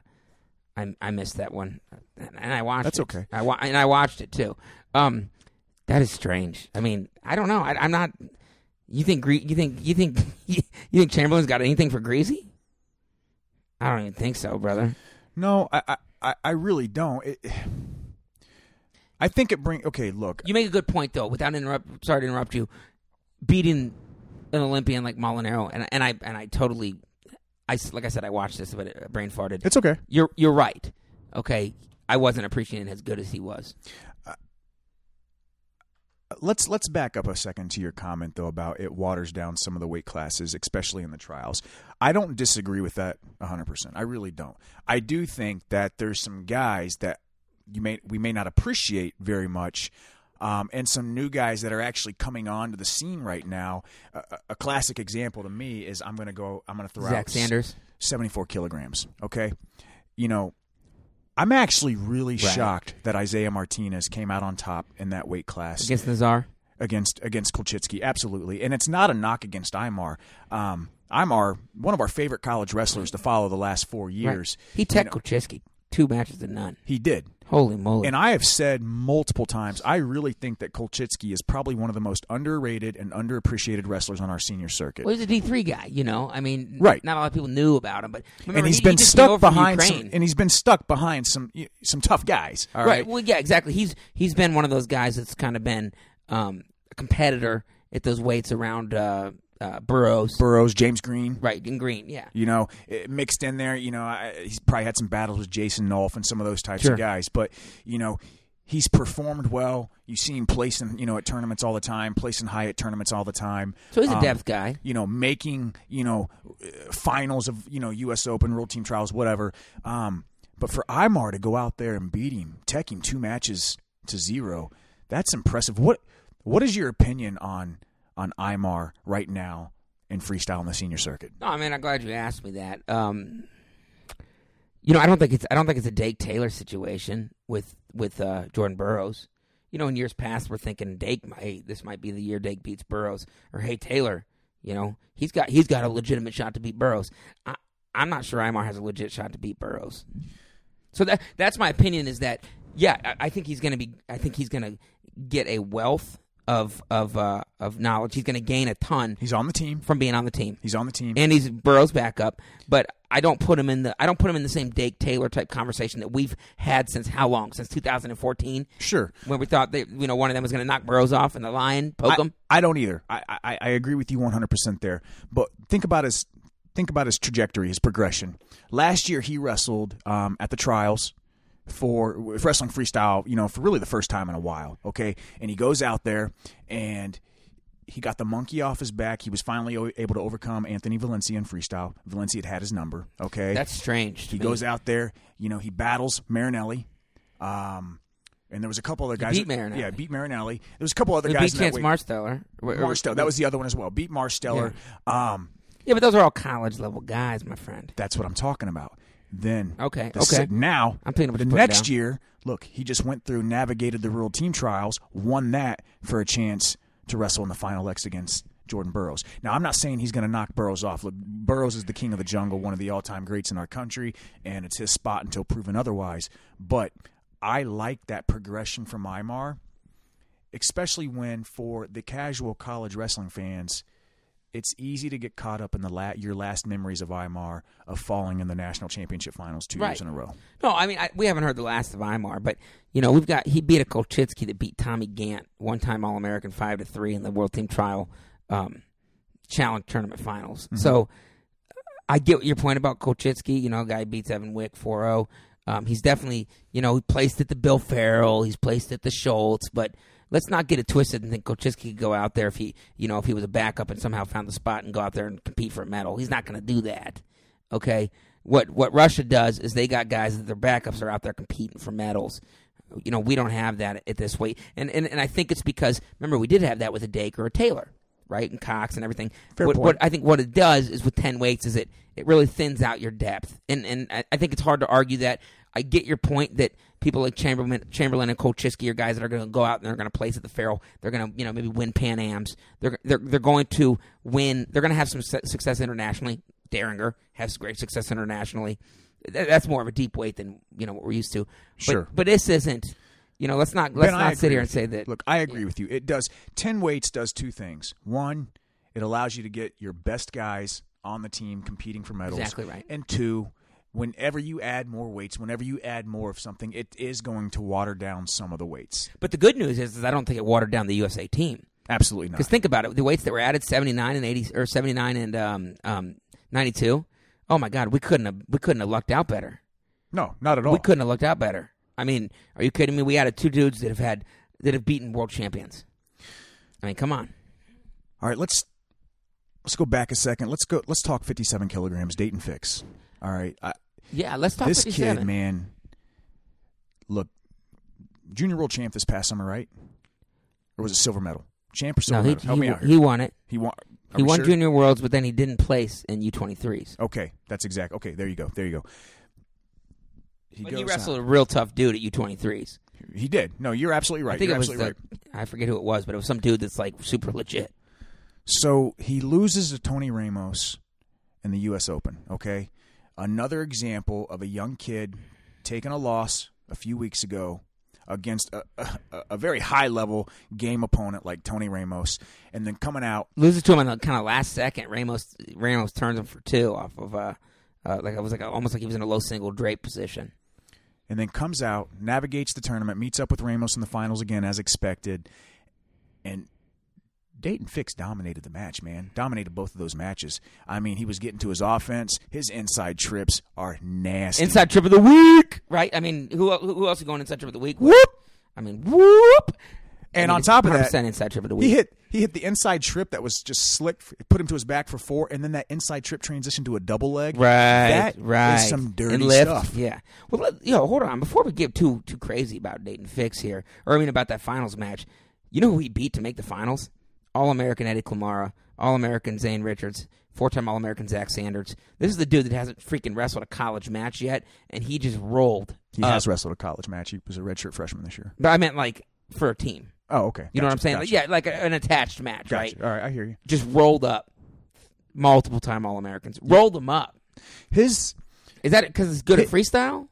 [SPEAKER 3] I I missed that one, and, and I watched.
[SPEAKER 2] That's
[SPEAKER 3] it.
[SPEAKER 2] okay.
[SPEAKER 3] I wa- and I watched it too. Um, that is strange. I mean, I don't know. I, I'm not. You think Gre- you think you think you think Chamberlain's got anything for Greasy? I don't even think so, brother.
[SPEAKER 2] No, I, I- I, I really don't. It, I think it bring. Okay, look,
[SPEAKER 3] You make a good point though. Without interrupt, sorry to interrupt you. Beating an Olympian like Molinaro, and and I and I totally, I s- like I said, I watched this, but it brain farted.
[SPEAKER 2] it's okay.
[SPEAKER 3] You're you're right. Okay, I wasn't appreciating as good as he was.
[SPEAKER 2] Let's let's back up a second to your comment though about it waters down some of the weight classes, especially in the trials. I don't disagree with that 100. percent I really don't. I do think that there's some guys that you may we may not appreciate very much. Um, and some new guys that are actually coming onto the scene right now. A, a- a classic example to me is I'm going to go. I'm going to throw
[SPEAKER 3] Zach
[SPEAKER 2] out
[SPEAKER 3] Sanders.
[SPEAKER 2] 74 kilograms. Okay. You know, I'm actually really shocked that Isaiah Martinez came out on top in that weight class
[SPEAKER 3] against Nazar.
[SPEAKER 2] against against Kulchitsky. Absolutely. And it's not a knock against Imar. Um, Imar, one of our favorite college wrestlers to follow the last four years.
[SPEAKER 3] He tech Kuchiski two matches to none.
[SPEAKER 2] He did.
[SPEAKER 3] Holy moly!
[SPEAKER 2] And uh, I have said multiple times, I really think that Kolchitsky is probably one of the most underrated and underappreciated wrestlers on our senior circuit.
[SPEAKER 3] well, he's a D three guy, you know. I mean,
[SPEAKER 2] Right.
[SPEAKER 3] Not a lot of people knew about him, but remember,
[SPEAKER 2] and he's
[SPEAKER 3] he- he
[SPEAKER 2] been
[SPEAKER 3] just came
[SPEAKER 2] stuck
[SPEAKER 3] over from
[SPEAKER 2] behind some,
[SPEAKER 3] Ukraine.
[SPEAKER 2] and he's been stuck behind some some tough guys. All
[SPEAKER 3] right.
[SPEAKER 2] right.
[SPEAKER 3] Well, yeah, exactly. He's he's been one of those guys that's kind of been um, a competitor at those weights around uh, uh, Burroughs,
[SPEAKER 2] Burroughs, James Green.
[SPEAKER 3] right? And Green, yeah.
[SPEAKER 2] You know, eh, mixed in there. You know, I, he's probably had some battles with Jason Nolf and some of those types
[SPEAKER 3] Sure.
[SPEAKER 2] of guys. But you know, he's performed well. You see him placing, you know, at tournaments all the time, placing high at tournaments all the time.
[SPEAKER 3] So he's a
[SPEAKER 2] Um,
[SPEAKER 3] depth guy.
[SPEAKER 2] you know, making, you know, uh, finals of, you know, US Open, World Team Trials, whatever. Um, but for Imar to go out there and beat him, tech him two matches to zero, that's impressive. What what is your opinion on on Imar right now in freestyle in the senior circuit?
[SPEAKER 3] No, I mean, I'm glad you asked me that. Um, you know, I don't think it's I don't think it's a Dake Taylor situation with with uh, Jordan Burroughs. You know, in years past, we're thinking Dake, might- hey, this might be the year Dake beats Burroughs, or hey Taylor, you know, he's got he's got a legitimate shot to beat Burroughs. I, I'm not sure Imar has a legit shot to beat Burroughs. So that that's my opinion is that yeah, I, I think he's gonna be I think he's gonna get a wealth of of uh, of knowledge. He's gonna gain a ton
[SPEAKER 2] He's on the team.
[SPEAKER 3] from being on the team
[SPEAKER 2] He's on the team.
[SPEAKER 3] and he's Burrow's backup, but I don't put him in the I don't put him in the same Dake Taylor type conversation that we've had since how long? Since 2014,
[SPEAKER 2] sure.
[SPEAKER 3] when we thought that you know one of them was going to knock Burrows off and the lion poke him.
[SPEAKER 2] I, I don't either. I, I, I agree with you 100% there. But think about his think about his trajectory, his progression. Last year he wrestled um, at the trials for with wrestling freestyle, you know, for really the first time in a while, okay? And he goes out there and he got the monkey off his back. He was finally o- able to overcome Anthony Valencia in freestyle. Valencia had had his number, okay?
[SPEAKER 3] That's strange. to
[SPEAKER 2] he
[SPEAKER 3] me.
[SPEAKER 2] goes out there, you know, he battles Marinelli. Um and there was a couple other guys.
[SPEAKER 3] beat Marinelli.
[SPEAKER 2] Yeah, beat Marinelli. There was a couple other
[SPEAKER 3] It
[SPEAKER 2] guys.
[SPEAKER 3] beat
[SPEAKER 2] in that
[SPEAKER 3] Chance
[SPEAKER 2] weight-
[SPEAKER 3] Marsteller. Or- or-
[SPEAKER 2] Marsteller. That was the other one as well. Beat Marsteller. Um,
[SPEAKER 3] yeah, but those are all college level guys, my friend.
[SPEAKER 2] that's what I'm talking about. Then
[SPEAKER 3] Okay,
[SPEAKER 2] the
[SPEAKER 3] okay.
[SPEAKER 2] se- now
[SPEAKER 3] I'm picking up what
[SPEAKER 2] the
[SPEAKER 3] you're putting
[SPEAKER 2] next
[SPEAKER 3] down.
[SPEAKER 2] year. Look, he just went through, navigated the rural team trials, won that for a chance to wrestle in the final X against Jordan Burroughs. Now I'm not saying he's going to knock Burroughs off. Look, Burroughs is the king of the jungle, one of the all-time greats in our country, and it's his spot until proven otherwise. But I like that progression from Imar, especially when for the casual college wrestling fans it's easy to get caught up in the la- your last memories of Imar of falling in the national championship finals two
[SPEAKER 3] Right.
[SPEAKER 2] years in a row.
[SPEAKER 3] No, I mean I, we haven't heard the last of Imar, but you know we've got he beat a Kolchitsky that beat Tommy Gant, one time All American, five to three in the World Team Trial um, Challenge Tournament Finals.
[SPEAKER 2] Mm-hmm.
[SPEAKER 3] So I get your point about Kolchitsky. You know, guy beats Evan Wick 4-0. Um, he's definitely you know he placed at the Bill Farrell, he's placed at the Schultz, but. Let's not get it twisted and think Kolchitsky could go out there if he, you know, if he was a backup and somehow found the spot and go out there and compete for a medal. He's not going to do that okay what what russia does is they got guys that their backups are out there competing for medals you know we don't have that at this weight and and, and i think it's because remember we did have that with a dake or a taylor right and cox and everything
[SPEAKER 2] Fair
[SPEAKER 3] what,
[SPEAKER 2] point.
[SPEAKER 3] what i think what it does is with 10 weights is it it really thins out your depth and and i, I think it's hard to argue that i get your point that people like chamberlain chamberlain and kolchisky are guys that are going to go out and they're going to place at the Farrell. they're going to you know maybe win pan ams they're, they're they're going to win they're going to have some su- success internationally Derringer has great success internationally. Th- That's more of a deep weight than you know what we're used to. But,
[SPEAKER 2] Sure.
[SPEAKER 3] but this isn't. You know, let's not let's
[SPEAKER 2] Ben, I
[SPEAKER 3] not sit
[SPEAKER 2] agree
[SPEAKER 3] here and
[SPEAKER 2] with
[SPEAKER 3] say
[SPEAKER 2] you.
[SPEAKER 3] that.
[SPEAKER 2] Look, I agree with you. It does. 10 weights does two things. One, it allows you to get your best guys on the team competing for medals.
[SPEAKER 3] Exactly right.
[SPEAKER 2] And two, whenever you add more weights, whenever you add more of something, it is going to water down some of the weights.
[SPEAKER 3] but the good news is, is I don't think it watered down the USA team.
[SPEAKER 2] Absolutely not.
[SPEAKER 3] Because think about it, the weights that were added seventy nine and eighty or seventy nine and um, um, ninety two. Oh my God, we couldn't have we couldn't have lucked out better.
[SPEAKER 2] No, not at all.
[SPEAKER 3] We couldn't have looked out better. I mean, are you kidding me? We added two dudes that have had that have beaten world champions. I mean, come on.
[SPEAKER 2] All right, let's let's go back a second. Let's go let's talk 57 kilograms Dayton fix. All right. I,
[SPEAKER 3] Yeah, let's talk.
[SPEAKER 2] this
[SPEAKER 3] 57.
[SPEAKER 2] kid, man. Look, junior world champ this past summer, right? Or was it silver medal? Champ or
[SPEAKER 3] No,
[SPEAKER 2] silver
[SPEAKER 3] he,
[SPEAKER 2] medal? Help me
[SPEAKER 3] he,
[SPEAKER 2] out here.
[SPEAKER 3] he won it.
[SPEAKER 2] He won. are
[SPEAKER 3] He
[SPEAKER 2] we
[SPEAKER 3] won
[SPEAKER 2] sure?
[SPEAKER 3] junior worlds, but then he didn't place in U twenty threes.
[SPEAKER 2] Okay, that's exact. Okay, there you go. There you go. He
[SPEAKER 3] But he
[SPEAKER 2] goes
[SPEAKER 3] wrestled a real tough dude at U twenty threes.
[SPEAKER 2] out. He did. No, you're absolutely right.
[SPEAKER 3] I think
[SPEAKER 2] you're
[SPEAKER 3] it was
[SPEAKER 2] absolutely right.
[SPEAKER 3] the- I forget who it was, but it was some dude that's like super legit.
[SPEAKER 2] So he loses to Tony Ramos in the U.S. Open. Okay, another example of a young kid taken a loss a few weeks ago against a, a, a very high level game opponent like Tony Ramos, and then coming out
[SPEAKER 3] Loses to him on the kind of last second. Ramos Ramos turns him for two off of uh, uh like I was like almost like he was in a low single drape position.
[SPEAKER 2] and then comes out, navigates the tournament, meets up with Ramos in the finals again as expected, and Dayton Fix dominated the match, man. Dominated both of those matches. I mean, he was getting to his offense. His inside trips are nasty.
[SPEAKER 3] Inside trip of the week, right? I mean, who who who else is going inside trip of the week? Whoop! I mean, whoop!
[SPEAKER 2] And on top of that,
[SPEAKER 3] 100% inside trip of the week.
[SPEAKER 2] He hit he hit the inside trip that was just slick, it put him to his back for four, and then that inside trip transitioned to a double leg.
[SPEAKER 3] Right,
[SPEAKER 2] that is
[SPEAKER 3] right.
[SPEAKER 2] some dirty
[SPEAKER 3] and lift,
[SPEAKER 2] stuff.
[SPEAKER 3] Yeah. Well, let, yo, hold on. Before we get too too crazy about Dayton Fix here, or I mean about that finals match, you know who he beat to make the finals? All American Eddie Clamara, All American Zane Richards, four time All American Zach Sanders. This is the dude that hasn't freaking wrestled a college match yet, and he just rolled.
[SPEAKER 2] He
[SPEAKER 3] up.
[SPEAKER 2] has wrestled a college match. He was a redshirt freshman this year.
[SPEAKER 3] But I meant like for a team.
[SPEAKER 2] Oh, okay.
[SPEAKER 3] You know what I'm saying?
[SPEAKER 2] Gotcha.
[SPEAKER 3] Like, yeah, like a, an attached match,
[SPEAKER 2] Gotcha.
[SPEAKER 3] right?
[SPEAKER 2] All right, I hear you.
[SPEAKER 3] Just rolled up multiple time All Americans. Rolled them up.
[SPEAKER 2] His
[SPEAKER 3] Is that because it's good at freestyle?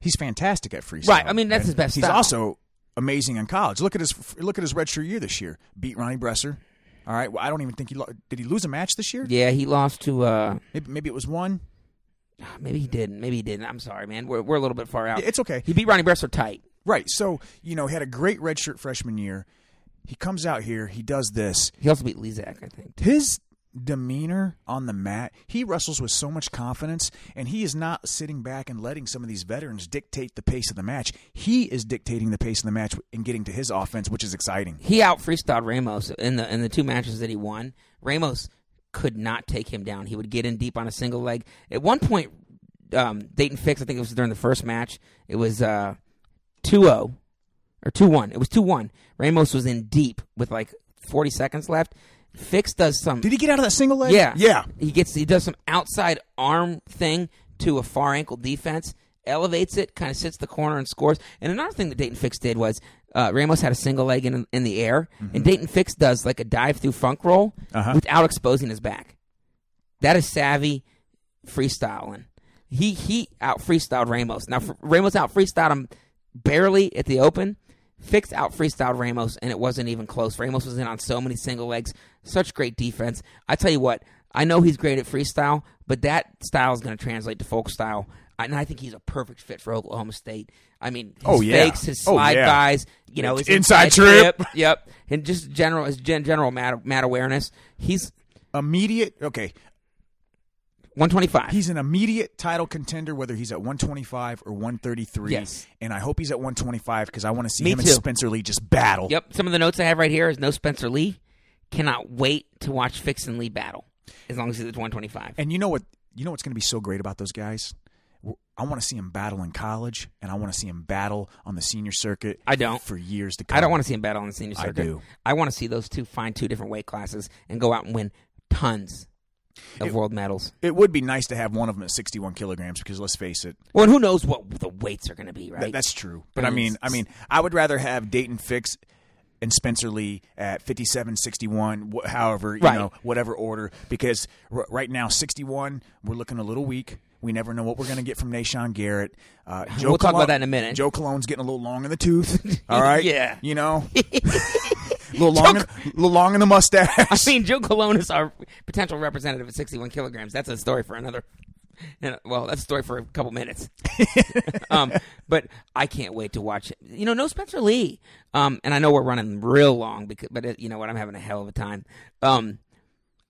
[SPEAKER 2] he's fantastic at freestyle.
[SPEAKER 3] Right, I mean, that's
[SPEAKER 2] And
[SPEAKER 3] his best
[SPEAKER 2] He's
[SPEAKER 3] style.
[SPEAKER 2] also amazing in college. Look at his look at his redshirt year this year. Beat Ronnie Bresser. All right. Well, I don't even think he lo- did. He lose a match this year.
[SPEAKER 3] Yeah, he lost to. uh
[SPEAKER 2] Maybe, maybe it was one.
[SPEAKER 3] Maybe he didn't. Maybe he didn't. I'm sorry, man. We're, we're a little bit far out.
[SPEAKER 2] Yeah, it's okay.
[SPEAKER 3] He beat Ronnie Bresser tight.
[SPEAKER 2] Right. So you know, he had a great redshirt freshman year. He comes out here. He does this.
[SPEAKER 3] He also beat Lezak, I think.
[SPEAKER 2] his demeanor on the mat he wrestles with so much confidence and he is not sitting back and letting some of these veterans dictate the pace of the match he is dictating the pace of the match and getting to his offense which is exciting
[SPEAKER 3] He out freestyled Ramos in the in the two matches that he won. Ramos could not take him down. He would get in deep on a single leg. At one point, um, Dayton Fix, I think it was during the first match, it was uh, 2-0 or 2-1. It was 2-1. Ramos was in deep with like 40 seconds left. Fix does some
[SPEAKER 2] did he get out of that single leg
[SPEAKER 3] Yeah.
[SPEAKER 2] yeah
[SPEAKER 3] He gets he does some outside arm thing to a far ankle defense, elevates it, kind of sits the corner and scores. And another thing that Dayton Fix did was uh, Ramos had a single leg in in the air, and Dayton Fix does like a dive through funk roll
[SPEAKER 2] Uh-huh.
[SPEAKER 3] without exposing his back. That is savvy freestyling. He he out freestyled Ramos. Now f- Ramos out freestyled him barely at the open. Fix out freestyled Ramos, and it wasn't even close. Ramos was in on so many single legs. Such great defense. I tell you what, I know he's great at freestyle, but that style is going to translate to folk style. And I think he's a perfect fit for Oklahoma State. I mean, his
[SPEAKER 2] Oh, yeah.
[SPEAKER 3] fakes, his
[SPEAKER 2] Oh,
[SPEAKER 3] slide
[SPEAKER 2] yeah.
[SPEAKER 3] guys, you know, his
[SPEAKER 2] Inside trip.
[SPEAKER 3] Yep, and just general his gen- general mat, mat awareness. He's
[SPEAKER 2] immediate okay
[SPEAKER 3] 125.
[SPEAKER 2] he's an immediate title contender whether he's at 125 or 133
[SPEAKER 3] Yes.
[SPEAKER 2] and i hope he's at 125 because i want to see
[SPEAKER 3] Me
[SPEAKER 2] him
[SPEAKER 3] too.
[SPEAKER 2] and spencer lee just battle
[SPEAKER 3] Yep. Some of the notes I have right here is no Spencer Lee. Cannot wait to watch Fix and Lee battle as long as he's at 125.
[SPEAKER 2] And you know what? You know what's going to be so great about those guys? I want to see him battle in college, and I want to see him battle on the senior circuit.
[SPEAKER 3] I don't.
[SPEAKER 2] for years to come.
[SPEAKER 3] I don't want to see him battle on the senior
[SPEAKER 2] I
[SPEAKER 3] circuit.
[SPEAKER 2] do.
[SPEAKER 3] want to see those two find two different weight classes and go out and win tons of world medals.
[SPEAKER 2] It would be nice to have one of them at 61 kilograms because let's face it,
[SPEAKER 3] Well, and who knows what the weights are going to be, right?
[SPEAKER 2] th- that's true. But
[SPEAKER 3] I
[SPEAKER 2] I
[SPEAKER 3] mean,
[SPEAKER 2] mean, I
[SPEAKER 3] it's-
[SPEAKER 2] mean, I would rather have Dayton Fix and Spencer Lee at 57, 61, wh- however, you
[SPEAKER 3] Right.
[SPEAKER 2] know, whatever order, because r- right now 61, we're looking a little weak. We never know what we're going to get from Nashawn Garrett. Uh, Joe
[SPEAKER 3] We'll talk about
[SPEAKER 2] Colon-
[SPEAKER 3] that in a minute.
[SPEAKER 2] Joe Cologne's getting a little long in the tooth. All right,
[SPEAKER 3] Yeah.
[SPEAKER 2] you know, a little long, in, little long in the mustache.
[SPEAKER 3] I mean, Joe Colon is our potential representative at 61 kilograms. That's a story for another. you know, Well, that's a story for a couple minutes. um, but I can't wait to watch it. You know, no Spencer Lee. Um, and I know we're running real long, because, but it, you know what? I'm having a hell of a time. Um,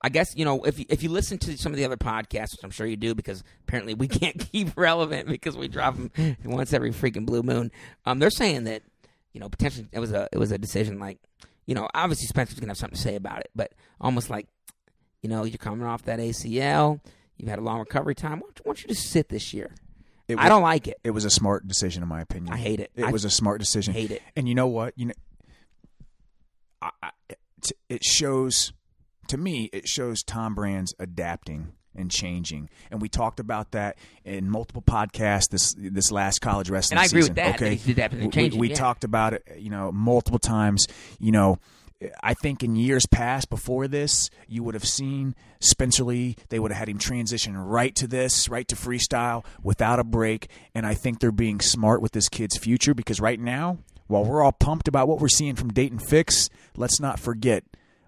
[SPEAKER 3] I guess you know if you, if you listen to some of the other podcasts, which I'm sure you do, because apparently we can't keep relevant because we drop them once every freaking blue moon. Um, they're saying that you know potentially it was a it was a decision like you know obviously Spencer's gonna have something to say about it, but almost like you know you're coming off that ACL, you've had a long recovery time. Why don't, why don't you just sit this year?
[SPEAKER 2] It
[SPEAKER 3] I
[SPEAKER 2] wa-
[SPEAKER 3] don't like it.
[SPEAKER 2] It was a smart decision, in my opinion.
[SPEAKER 3] I hate it.
[SPEAKER 2] It
[SPEAKER 3] I
[SPEAKER 2] was a smart decision.
[SPEAKER 3] hate it.
[SPEAKER 2] And you know what? You know, I, I, t- it shows to me. It shows Tom Brands adapting and changing. And we talked about that in multiple podcasts this this last college wrestling.
[SPEAKER 3] And I agree
[SPEAKER 2] season,
[SPEAKER 3] with that, that
[SPEAKER 2] Okay,
[SPEAKER 3] he's adapting and
[SPEAKER 2] We- we,
[SPEAKER 3] changing,
[SPEAKER 2] we
[SPEAKER 3] yeah.
[SPEAKER 2] talked about it. You know, multiple times. You know. I think in years past before this, you would have seen Spencer Lee. They would have had him transition right to this, right to freestyle without a break. And I think they're being smart with this kid's future because right now, while we're all pumped about what we're seeing from Dayton Fix, let's not forget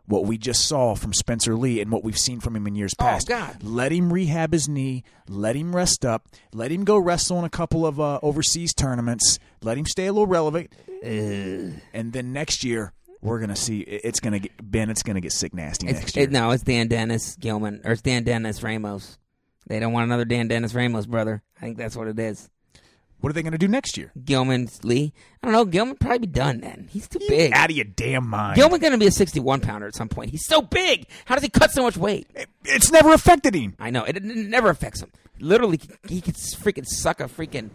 [SPEAKER 2] what we just saw from Spencer Lee and what we've seen from him in years past.
[SPEAKER 3] God.
[SPEAKER 2] Let him rehab his knee. Let him rest up. Let him go wrestle in a couple of uh, overseas tournaments. Let him stay a little relevant. And then next year, we're gonna see. it- It's gonna get Ben. It's gonna get sick nasty
[SPEAKER 3] It's,
[SPEAKER 2] next year.
[SPEAKER 3] it- no, it's Dan Dennis Gilman or it's Dan Dennis Ramos. They don't want another Dan Dennis Ramos brother. I think that's what it is.
[SPEAKER 2] What are they gonna do next year?
[SPEAKER 3] Gilman Lee. I don't know. Gilman probably be done then. He's too big.
[SPEAKER 2] Out of your damn mind.
[SPEAKER 3] Gilman's gonna be a 61 pounder at some point. He's so big. How does he cut so much weight?
[SPEAKER 2] It- it's never affected him.
[SPEAKER 3] I know it, it never affects him. Literally, he could freaking suck a freaking,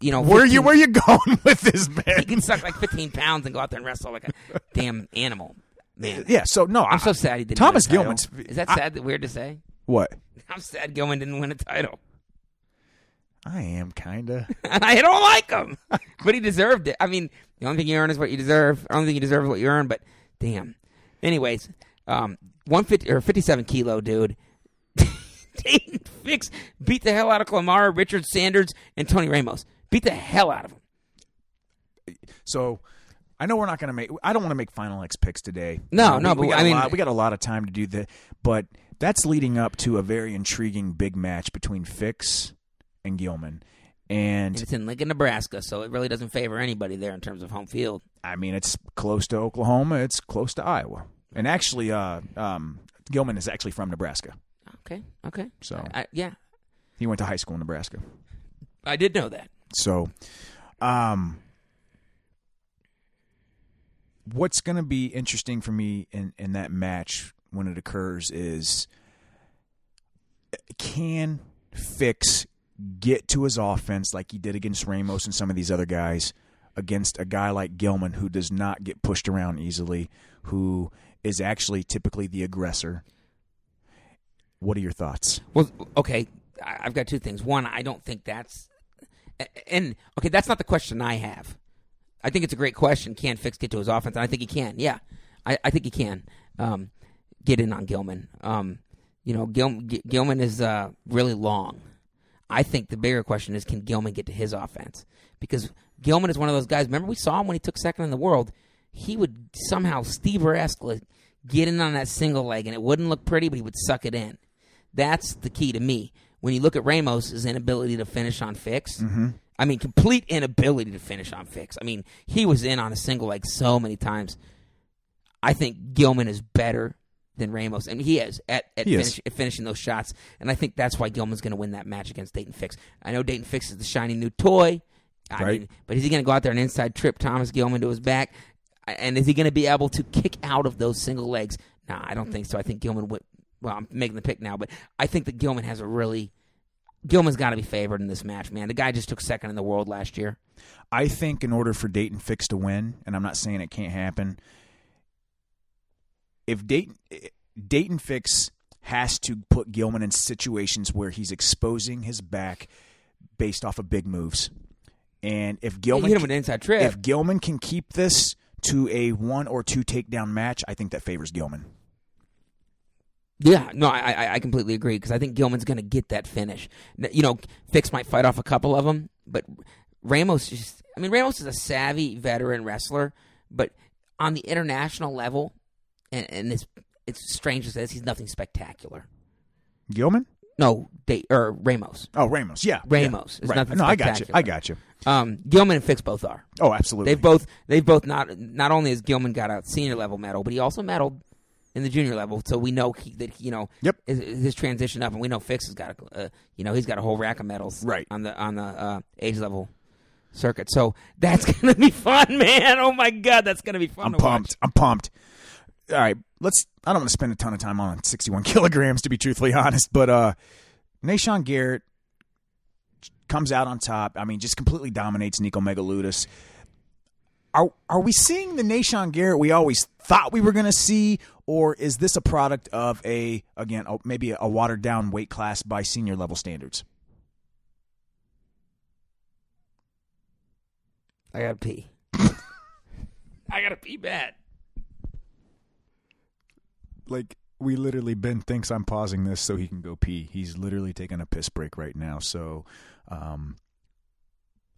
[SPEAKER 3] you know.
[SPEAKER 2] Where
[SPEAKER 3] 15
[SPEAKER 2] you where you going with this, man?
[SPEAKER 3] He can suck like 15 pounds and go out there and wrestle like a damn animal. Man,
[SPEAKER 2] Yeah. So no,
[SPEAKER 3] I'm so sad he didn't.
[SPEAKER 2] Thomas
[SPEAKER 3] win a title.
[SPEAKER 2] Gilman's
[SPEAKER 3] Is that
[SPEAKER 2] I-
[SPEAKER 3] sad? that weird to say.
[SPEAKER 2] What?
[SPEAKER 3] I'm sad Gilman didn't win a title.
[SPEAKER 2] I am kinda.
[SPEAKER 3] And I don't like him, but he deserved it. I mean, the only thing you earn is what you deserve. I don't think you deserve is what you earn, but damn. Anyways, um, one fifty or fifty-seven kilo dude. Dayton Fix beat the hell out of Clamara, Richard Sanders, and Tony Ramos. Beat the hell out of him.
[SPEAKER 2] So I know we're not going to make. I don't want to make final X picks today.
[SPEAKER 3] No,
[SPEAKER 2] You
[SPEAKER 3] no,
[SPEAKER 2] we-
[SPEAKER 3] but
[SPEAKER 2] we, got
[SPEAKER 3] I
[SPEAKER 2] a
[SPEAKER 3] mean-
[SPEAKER 2] lot- we got a lot of time to do that. But that's leading up to a very intriguing big match between Fix and Gilman.
[SPEAKER 3] And
[SPEAKER 2] And
[SPEAKER 3] it's in Lincoln, Nebraska, so it really doesn't favor anybody there in terms of home field.
[SPEAKER 2] I mean, it's close to Oklahoma. It's close to Iowa. And actually, uh, um, Gilman is actually from Nebraska.
[SPEAKER 3] Okay, okay.
[SPEAKER 2] So
[SPEAKER 3] I, yeah,
[SPEAKER 2] he went to high school in Nebraska.
[SPEAKER 3] I did know that.
[SPEAKER 2] So, um, what's going to be interesting for me in, in that match when it occurs is can Fix get to his offense like he did against Ramos and some of these other guys against a guy like Gilman who does not get pushed around easily, who is actually typically the aggressor? What are your thoughts?
[SPEAKER 3] Well, okay, I- I've got two things. One, I don't think that's, a- and okay, that's not the question I have. I think it's a great question. Can Fix get to his offense? And I think he can. Yeah, I, I think he can um, get in on Gilman. Um, you know, Gil, G- Gilman is uh, really long. I think the bigger question is, can Gilman get to his offense? Because Gilman is one of those guys. Remember, we saw him when he took second in the world. He would somehow Steve Rascal get in on that single leg, and it wouldn't look pretty, but he would suck it in. That's the key to me. When you look at Ramos' inability to finish on fix,
[SPEAKER 2] Mm-hmm.
[SPEAKER 3] I mean, complete inability to finish on fix. I mean, he was in on a single leg so many times. I think Gilman is better than Ramos, and he is at, at,
[SPEAKER 2] He is.
[SPEAKER 3] finish, at finishing those shots. And I think that's why Gilman's going to win that match against Dayton Fix. I know Dayton Fix is the shiny new toy, I
[SPEAKER 2] Right.
[SPEAKER 3] mean, but is he going to go out there and inside trip Thomas Gilman to his back? And is he going to be able to kick out of those single legs? Nah, I don't think so. I think Gilman would. Well, I'm making the pick now, but I think that Gilman has a really. Gilman's got to be favored in this match, man. The guy just took second in the world last year.
[SPEAKER 2] I think in order for Dayton Fix to win, and I'm not saying it can't happen, if Dayton Dayton Fix has to put Gilman in situations where he's exposing his back based off of big moves, and if
[SPEAKER 3] You
[SPEAKER 2] Gilman
[SPEAKER 3] hit him with an inside trip.
[SPEAKER 2] if Gilman can keep this to a one or two takedown match, I think that favors Gilman.
[SPEAKER 3] Yeah, no, I I, I completely agree because I think Gilman's going to get that finish. N- You know, Fix might fight off a couple of them, but Ramos is just. I mean, Ramos is a savvy veteran wrestler, but on the international level, and, and it's it's strange as this, he's nothing spectacular.
[SPEAKER 2] Gilman?
[SPEAKER 3] No, they or Ramos.
[SPEAKER 2] Oh, Ramos. Yeah,
[SPEAKER 3] Ramos.
[SPEAKER 2] Yeah.
[SPEAKER 3] It's
[SPEAKER 2] Right.
[SPEAKER 3] nothing
[SPEAKER 2] No, I got you.
[SPEAKER 3] spectacular.
[SPEAKER 2] I got you.
[SPEAKER 3] Um, Gilman and Fix both are.
[SPEAKER 2] Oh, absolutely.
[SPEAKER 3] They've both they've both not not only has Gilman got a senior level medal, but he also medaled in the junior level. So we know he, that you know
[SPEAKER 2] Yep.
[SPEAKER 3] is, is his transition up, and we know Fix has got a uh, you know he's got a whole rack of medals
[SPEAKER 2] Right.
[SPEAKER 3] on the on the uh, age level circuit. So that's gonna be fun, man. Oh my god, that's gonna be fun.
[SPEAKER 2] I'm
[SPEAKER 3] to watch.
[SPEAKER 2] pumped. I'm pumped. All right, let's. I don't want to spend a ton of time on 61 kilograms, to be truthfully honest, but uh, Nashawn Garrett comes out on top. I mean, just completely dominates Nico Megalutis. Are are we seeing the Nashawn Garrett we always thought we were going to see, or is this a product of a again a, maybe a watered down weight class by senior level standards?
[SPEAKER 3] I gotta pee. I gotta pee bad.
[SPEAKER 2] like we literally Ben thinks I'm pausing this so he can go pee. He's literally taking a piss break right now. So, um,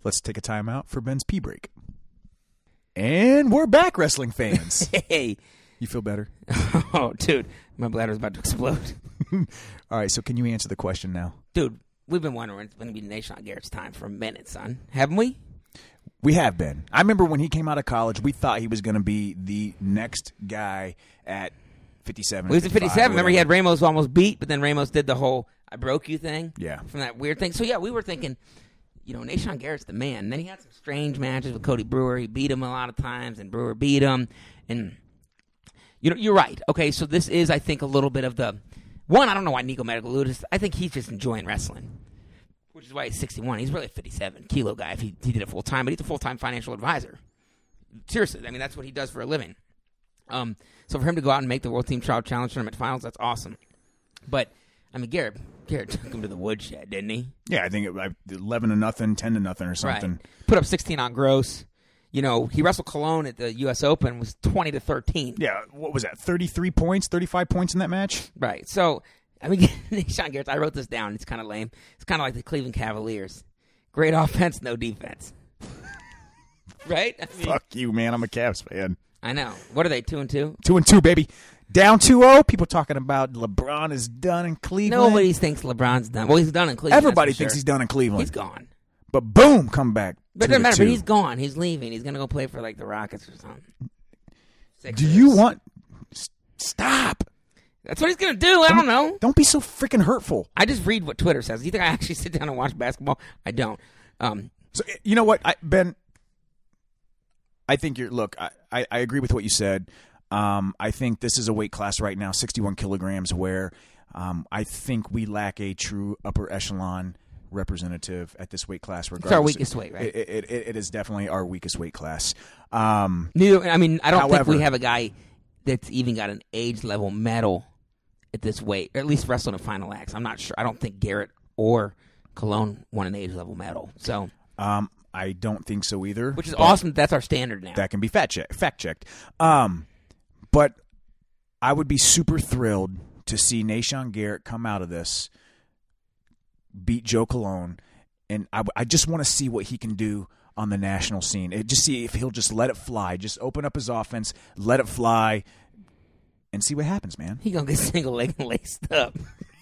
[SPEAKER 2] let's take a timeout for Ben's pee break. And we're back, wrestling fans.
[SPEAKER 3] Hey,
[SPEAKER 2] you feel better?
[SPEAKER 3] oh, dude, my bladder's about to explode.
[SPEAKER 2] All right. So, can you answer the question now?
[SPEAKER 3] Dude, we've been wondering it's going to be Nation Garrett's time for a minute, son. Haven't we?
[SPEAKER 2] We have been. I remember when he came out of college, we thought he was going to be the next guy at 57.
[SPEAKER 3] We was at 57. Remember, he
[SPEAKER 2] whatever.
[SPEAKER 3] had Ramos almost beat, but then Ramos did the whole I broke you thing.
[SPEAKER 2] Yeah.
[SPEAKER 3] From that weird thing. So, yeah, we were thinking, you know, Nashawn Garrett's the man. And then he had some strange matches with Cody Brewer. He beat him a lot of times, and Brewer beat him. And, you know, you're right. Okay, so this is, I think, a little bit of the. One, I don't know why Nico Medicaludis. I think he's just enjoying wrestling, which is why he's 61. He's really a 57 kilo guy if he, he did it full time, but he's a full time financial advisor. Seriously, I mean, that's what he does for a living. Um, so for him to go out and make the World Team Trial Challenge Tournament Finals, that's awesome. But I mean, Garrett, Garrett took him to the woodshed, didn't he?
[SPEAKER 2] Yeah, I think it, like 11 to nothing, 10 to nothing, or something.
[SPEAKER 3] Put up 16 on Gross. You know, he wrestled Cologne at the U.S. Open was 20 to 13.
[SPEAKER 2] Yeah, what was that? 33 points, 35 points in that match?
[SPEAKER 3] Right. So I mean, Sean Garrett, I wrote this down. It's kind of lame. It's kind of like the Cleveland Cavaliers. Great offense, no defense. right. I, mean,
[SPEAKER 2] Fuck you, man. I'm a Cavs fan.
[SPEAKER 3] I know. What are they two and two?
[SPEAKER 2] Two and two, baby. Down 2 0. People talking about LeBron is done in Cleveland.
[SPEAKER 3] Nobody thinks LeBron's done. Well, he's done in Cleveland.
[SPEAKER 2] Everybody
[SPEAKER 3] that's for
[SPEAKER 2] thinks
[SPEAKER 3] sure.
[SPEAKER 2] he's done in Cleveland.
[SPEAKER 3] He's gone.
[SPEAKER 2] but boom, come back.
[SPEAKER 3] But it
[SPEAKER 2] two
[SPEAKER 3] doesn't
[SPEAKER 2] to
[SPEAKER 3] matter. But
[SPEAKER 2] two.
[SPEAKER 3] he's gone. He's leaving. He's gonna go play for like the Rockets or something.
[SPEAKER 2] Do you want. s- Stop.
[SPEAKER 3] That's what he's gonna do. I don't know.
[SPEAKER 2] Don't be so freaking hurtful.
[SPEAKER 3] I just read what Twitter says. You think I actually sit down and watch basketball? I don't. Um,
[SPEAKER 2] So i- you know what, I, Ben? I think you're. Look, I, I, I agree with what you said. Um, I think this is a weight class right now, 61 kilograms, where um, I think we lack a true upper echelon representative at this weight class. Regardless,
[SPEAKER 3] weakest weight, right?
[SPEAKER 2] It, it, it, it is definitely our weakest weight class. Um,
[SPEAKER 3] neither. I mean, I don't think
[SPEAKER 2] However-
[SPEAKER 3] we have a guy that's even got an age level medal at this weight, or at least wrestling a final axe. I'm not sure. I don't think Garrett or Cologne won an age level medal. So,
[SPEAKER 2] um, I don't think so either.
[SPEAKER 3] which is
[SPEAKER 2] but-
[SPEAKER 3] awesome. That's our standard now.
[SPEAKER 2] that can be fact check, fact checked. Um, but I would be super thrilled to see Nashawn Garrett come out of this, beat Joe Cologne, and I, w- I just want to see what he can do on the national scene. It, just see if he'll just let it fly, just open up his offense, let it fly, and see what happens, man.
[SPEAKER 3] He gonna get single leg laced up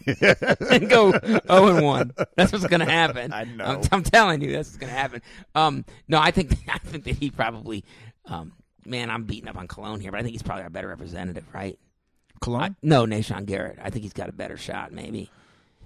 [SPEAKER 3] and go zero and one. That's what's gonna happen. I
[SPEAKER 2] know.
[SPEAKER 3] I'm, I'm telling you, that's what's gonna happen. Um, no, I think I think that he probably, um, man, I'm beating up on Cologne here, but I think he's probably our better representative, right?
[SPEAKER 2] Cologne,
[SPEAKER 3] I, no, Nashawn Garrett. I think he's got a better shot, maybe.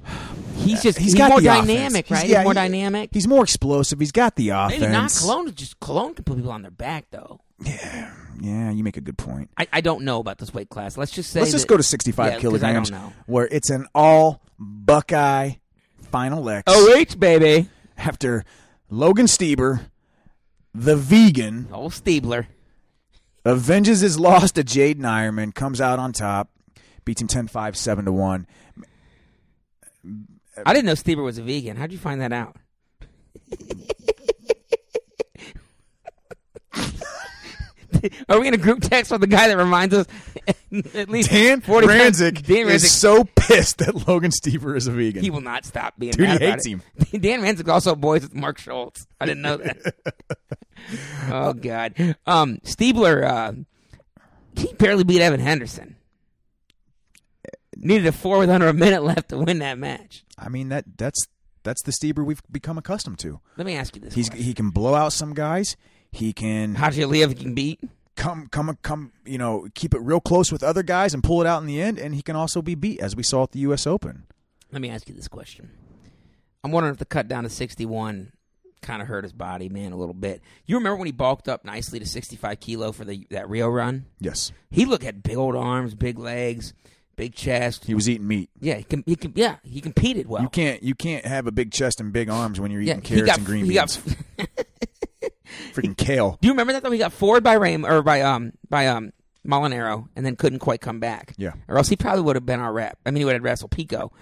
[SPEAKER 3] He's just he's,
[SPEAKER 2] he's got
[SPEAKER 3] more
[SPEAKER 2] the offense.
[SPEAKER 3] dynamic,
[SPEAKER 2] He's-
[SPEAKER 3] right?
[SPEAKER 2] yeah,
[SPEAKER 3] he's more
[SPEAKER 2] he-
[SPEAKER 3] dynamic.
[SPEAKER 2] he's more explosive. He's got the offense.
[SPEAKER 3] Maybe not Cologne. is Just Cologne can put people on their back, though.
[SPEAKER 2] Yeah, you make a good point.
[SPEAKER 3] I, I don't know about this weight class. Let's just say
[SPEAKER 2] Let's just
[SPEAKER 3] that-
[SPEAKER 2] go to 65
[SPEAKER 3] yeah, 'cause I don't
[SPEAKER 2] kilograms,
[SPEAKER 3] know.
[SPEAKER 2] where it's an all Buckeye final X
[SPEAKER 3] OH, baby.
[SPEAKER 2] after Logan Stieber, the vegan,
[SPEAKER 3] Old Stiebler.
[SPEAKER 2] avenges his loss to Jaden Ironman, comes out on top, beats him 10 5, 7 to 1.
[SPEAKER 3] I didn't know Stever was a vegan. How'd you find that out? Are we in a group text with the guy that reminds us at least
[SPEAKER 2] Dan
[SPEAKER 3] 40 times-
[SPEAKER 2] Ranzik
[SPEAKER 3] Dan
[SPEAKER 2] is
[SPEAKER 3] Ranzik,
[SPEAKER 2] so pissed that Logan Stieber is a vegan.
[SPEAKER 3] he will not stop being
[SPEAKER 2] Dude,
[SPEAKER 3] mad
[SPEAKER 2] he
[SPEAKER 3] about
[SPEAKER 2] hates
[SPEAKER 3] it. Dan Ranzik also boys with Mark Schultz. I didn't know that. oh God, um, Stiebler, uh, he barely beat Evan Henderson. Needed a four with under a minute left to win that match.
[SPEAKER 2] I mean, that that's that's the Stieber we've become accustomed to.
[SPEAKER 3] Let me ask you this:
[SPEAKER 2] He's
[SPEAKER 3] question.
[SPEAKER 2] He can blow out some guys. He can
[SPEAKER 3] Haji Aliyev can beat.
[SPEAKER 2] come come come you know keep it real close with other guys and pull it out in the end and he can also be beat as we saw at the US Open.
[SPEAKER 3] Let me ask you this question. I'm wondering if the cut down to 61 kind of hurt his body, man, a little bit. You remember when he bulked up nicely to 65 kilo for the that Rio run?
[SPEAKER 2] Yes.
[SPEAKER 3] He looked at big old arms, big legs, big chest.
[SPEAKER 2] He was eating meat.
[SPEAKER 3] Yeah, he, com- he com- yeah, he competed well.
[SPEAKER 2] You can't you can't have a big chest and big arms when you're
[SPEAKER 3] yeah,
[SPEAKER 2] eating
[SPEAKER 3] he
[SPEAKER 2] carrots
[SPEAKER 3] got,
[SPEAKER 2] and green
[SPEAKER 3] he got-
[SPEAKER 2] beans. Freaking kale.
[SPEAKER 3] do you remember that though? He got forward by Ram or by um by um Molinaro and then couldn't quite come back.
[SPEAKER 2] Yeah.
[SPEAKER 3] Or else he probably would have been our rep. I mean, he would have wrestled Pico,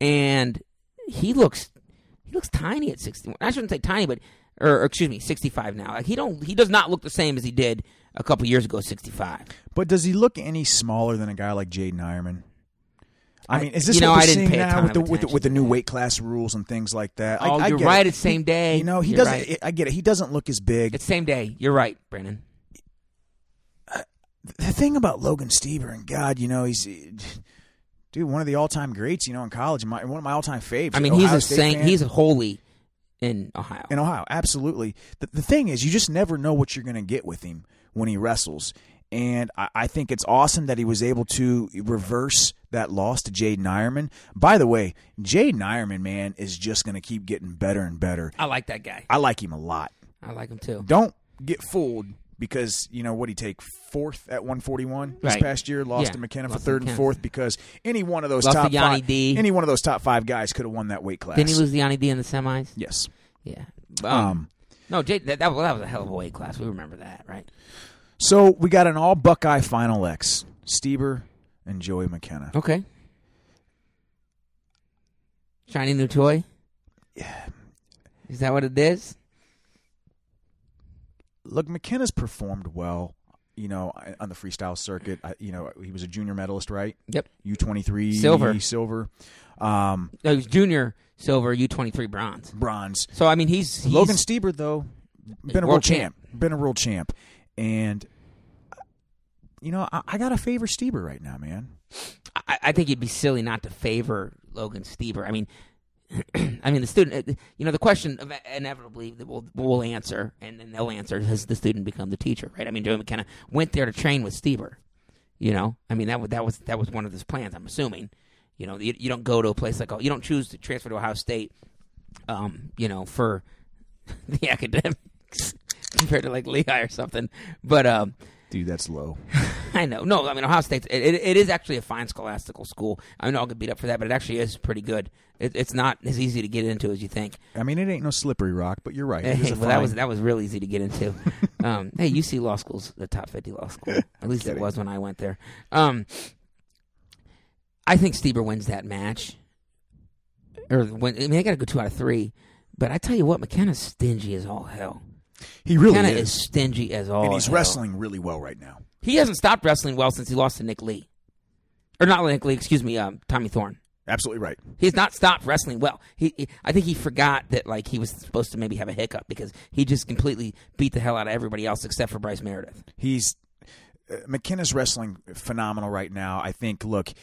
[SPEAKER 3] and he looks he looks tiny at sixty one. I shouldn't say tiny, but or, or excuse me, 65 now. Like he don't he does not look the same as he did a couple years ago, 65.
[SPEAKER 2] But does he look any smaller than a guy like Jaden Ironman? I
[SPEAKER 3] I-
[SPEAKER 2] mean, is this
[SPEAKER 3] you know,
[SPEAKER 2] what
[SPEAKER 3] I
[SPEAKER 2] we're
[SPEAKER 3] didn't
[SPEAKER 2] seeing
[SPEAKER 3] pay a
[SPEAKER 2] now
[SPEAKER 3] ton
[SPEAKER 2] with the,
[SPEAKER 3] of
[SPEAKER 2] with the with the new weight class rules and things like that? I-
[SPEAKER 3] Oh,
[SPEAKER 2] I,
[SPEAKER 3] you're
[SPEAKER 2] get it.
[SPEAKER 3] right, it's same day.
[SPEAKER 2] You know, he
[SPEAKER 3] You're
[SPEAKER 2] doesn't.
[SPEAKER 3] right.
[SPEAKER 2] I get it. He doesn't look as big.
[SPEAKER 3] It's same day. You're right, Brennan.
[SPEAKER 2] the thing about Logan Stever and God, you know, he's dude, one of the all-time greats, you know, in college, my, one of my all-time faves.
[SPEAKER 3] I mean, he's
[SPEAKER 2] Ohio
[SPEAKER 3] a
[SPEAKER 2] State
[SPEAKER 3] saint.
[SPEAKER 2] fan
[SPEAKER 3] He's a holy in Ohio.
[SPEAKER 2] in Ohio, absolutely. The, the thing is, you just never know what you're going to get with him when he wrestles. And I, I think it's awesome that he was able to reverse that loss to Jaden Ironman. By the way, Jaden Ironman, man, is just going to keep getting better and better.
[SPEAKER 3] I like that guy.
[SPEAKER 2] I like him a lot.
[SPEAKER 3] I like him too.
[SPEAKER 2] Don't get fooled because you know what he take fourth at 141 this
[SPEAKER 3] Right.
[SPEAKER 2] past year lost
[SPEAKER 3] Yeah,
[SPEAKER 2] to McKenna
[SPEAKER 3] lost
[SPEAKER 2] for
[SPEAKER 3] to
[SPEAKER 2] third and
[SPEAKER 3] McKenna.
[SPEAKER 2] fourth because any one of those
[SPEAKER 3] Lost to
[SPEAKER 2] top
[SPEAKER 3] Yanni
[SPEAKER 2] five,
[SPEAKER 3] D.
[SPEAKER 2] any one of those top five guys could have won that weight class.
[SPEAKER 3] Didn't he lose the Yanni D in the semis?
[SPEAKER 2] Yes.
[SPEAKER 3] Yeah.
[SPEAKER 2] Um,
[SPEAKER 3] Um, no, Jay, that, that, was- that was a hell of a weight class. We remember that, right?
[SPEAKER 2] so we got an all Buckeye final X. Steber and Joey McKenna.
[SPEAKER 3] Okay. Shiny new toy?
[SPEAKER 2] Yeah.
[SPEAKER 3] Is that what it is?
[SPEAKER 2] Look, McKenna's performed well. You know, I- on the freestyle circuit, I, you know, he was a junior medalist, right?
[SPEAKER 3] Yep.
[SPEAKER 2] U twenty three
[SPEAKER 3] Silver.
[SPEAKER 2] silver, um,
[SPEAKER 3] No, he was junior silver, U23 bronze.
[SPEAKER 2] bronze.
[SPEAKER 3] So, I mean, he's. he's
[SPEAKER 2] Logan Steber though, been a
[SPEAKER 3] World
[SPEAKER 2] world champ. been a world champ, and uh, you know I, I got to favor Steber right now, man.
[SPEAKER 3] I, I think it'd be silly not to favor Logan Stever. I mean, I mean the student. You know, the question of- inevitably that we'll, we'll answer, and then they'll answer: Has the student become the teacher? Right? I mean, Joey McKenna went there to train with Stever. You know, I mean that was that was that was one of his plans. I'm assuming. You know, you, you don't go to a place like oh, you don't choose to transfer to Ohio State. Um, you know, for the academics compared to like Lehigh or something, but um,
[SPEAKER 2] Dude, that's low.
[SPEAKER 3] I know. No, I mean Ohio State. It, it, it is actually a fine scholastical school. I know I'll get beat up for that, but it actually is pretty good. It, it's not as easy to get into as you think.
[SPEAKER 2] I mean, it ain't no slippery rock, but you're right. It is
[SPEAKER 3] Hey,
[SPEAKER 2] a
[SPEAKER 3] well, that
[SPEAKER 2] fine-
[SPEAKER 3] was that was real easy to get into. um, hey, UC Law School's the top fifty law school. At least it
[SPEAKER 2] kidding.
[SPEAKER 3] was when I went there. Um, I think Steber wins that match. Or when, I mean, they got to go two out of three. But I tell you what, McKenna's stingy as all hell.
[SPEAKER 2] he really
[SPEAKER 3] McKenna
[SPEAKER 2] is,
[SPEAKER 3] is stingy as all.
[SPEAKER 2] and he's
[SPEAKER 3] hell.
[SPEAKER 2] wrestling really well right now.
[SPEAKER 3] He hasn't stopped wrestling well since he lost to Nick Lee. Or not Nick Lee, excuse me, um, Tommy Thorne.
[SPEAKER 2] Absolutely right.
[SPEAKER 3] He's not stopped wrestling well. He, he- I think he forgot that like he was supposed to maybe have a hiccup because he just completely beat the hell out of everybody else except for Bryce Meredith.
[SPEAKER 2] He's uh, McKenna's wrestling phenomenal right now. I think. Look,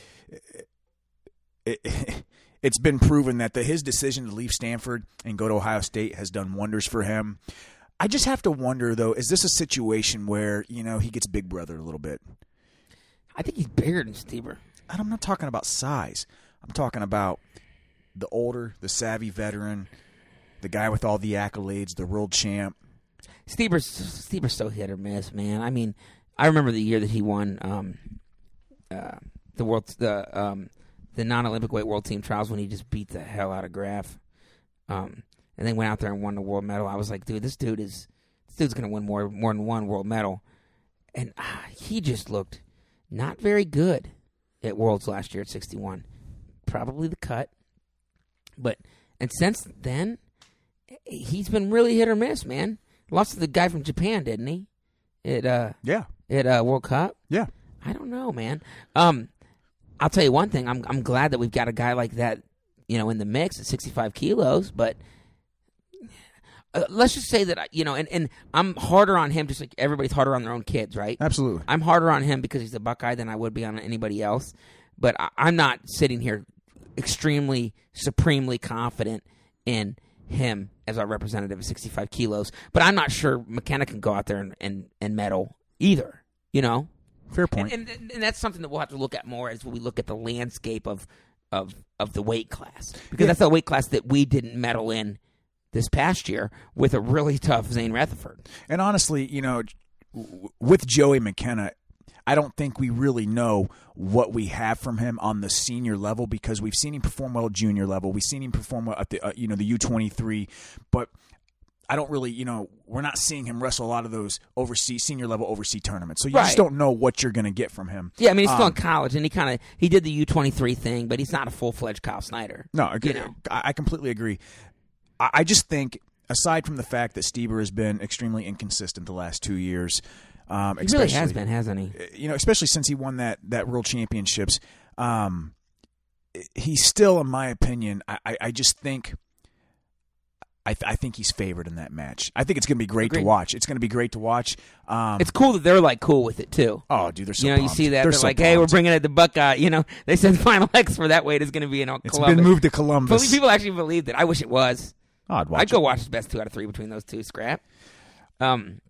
[SPEAKER 2] it, it's been proven that the, his decision to leave Stanford and go to Ohio State has done wonders for him. I just have to wonder though, is this a situation where you know he gets Big Brother a little bit?
[SPEAKER 3] I think he's bigger than Steber.
[SPEAKER 2] And I'm not talking about size. I'm talking about the older, the savvy veteran, the guy with all the accolades, the world champ.
[SPEAKER 3] Steber's Steber's so hit or miss, man. I mean, I remember the year that he won um, uh, the world the um, the non Olympic weight world team trials when he just beat the hell out of Graf, um, and then went out there and won the world medal. I was like, dude, this dude is this dude's gonna win more more than one world medal, and ah, he just looked not very good at worlds last year at sixty one, probably the cut, but and since then he's been really hit or miss, man. Lost to the guy from Japan, didn't he? At uh,
[SPEAKER 2] Yeah,
[SPEAKER 3] at uh, World Cup.
[SPEAKER 2] yeah.
[SPEAKER 3] I don't know, man. Um, I'll tell you one thing. I'm I'm glad that we've got a guy like that, you know, in the mix at 65 kilos. But uh, let's just say that I- you know, and and I'm harder on him, just like everybody's harder on their own kids, right?
[SPEAKER 2] Absolutely.
[SPEAKER 3] I'm harder on him because he's a Buckeye than I would be on anybody else. But I, I'm not sitting here extremely, supremely confident in him as our representative at 65 kilos. But I'm not sure McKenna can go out there and, and, and medal either, you know?
[SPEAKER 2] Fair point.
[SPEAKER 3] And, and, and that's something that we'll have to look at more as we look at the landscape of of of the weight class because that's the weight class that we didn't medal in this past year with a really tough Zane Rutherford.
[SPEAKER 2] And honestly, you know, w- with Joey McKenna, I don't think we really know what we have from him on the senior level because we've seen him perform well at junior level. We've seen him perform well at the uh, you know the U twenty three, but I don't really you know we're not seeing him wrestle a lot of those overseas senior level overseas tournaments. So you
[SPEAKER 3] Right.
[SPEAKER 2] just don't know what you're going to get from him.
[SPEAKER 3] Yeah, I mean he's still
[SPEAKER 2] Um,
[SPEAKER 3] in college and he kind of he did the U twenty three thing, but he's not a full fledged Kyle Snyder.
[SPEAKER 2] No, I,
[SPEAKER 3] You know.
[SPEAKER 2] I I completely agree. I, I just think aside from the fact that Steber has been extremely inconsistent the last two years, um,
[SPEAKER 3] He really has
[SPEAKER 2] especially-
[SPEAKER 3] been, hasn't he?
[SPEAKER 2] you know, especially since he won that that world championships, um, he's still, in my opinion, I, I, I just think. I, th- I think he's favored in that match. I think it's going to be great to
[SPEAKER 3] Agreed.
[SPEAKER 2] watch. It's going to be great to watch. Um,
[SPEAKER 3] It's cool that they're like cool with it too.
[SPEAKER 2] oh, dude, they're so
[SPEAKER 3] you know,
[SPEAKER 2] pumped.
[SPEAKER 3] you see that
[SPEAKER 2] They're
[SPEAKER 3] they're,
[SPEAKER 2] so
[SPEAKER 3] like, hey, we're
[SPEAKER 2] pumped.
[SPEAKER 3] bringing it to Buckeye. You know, they said final X for that weight is going to be in
[SPEAKER 2] It's
[SPEAKER 3] Columbus.
[SPEAKER 2] been moved to Columbus.
[SPEAKER 3] Believe- People actually believed it. I wish it was.
[SPEAKER 2] Oh, I'd watch
[SPEAKER 3] I'd go watch the best two out of three between those two. Scrap. Um.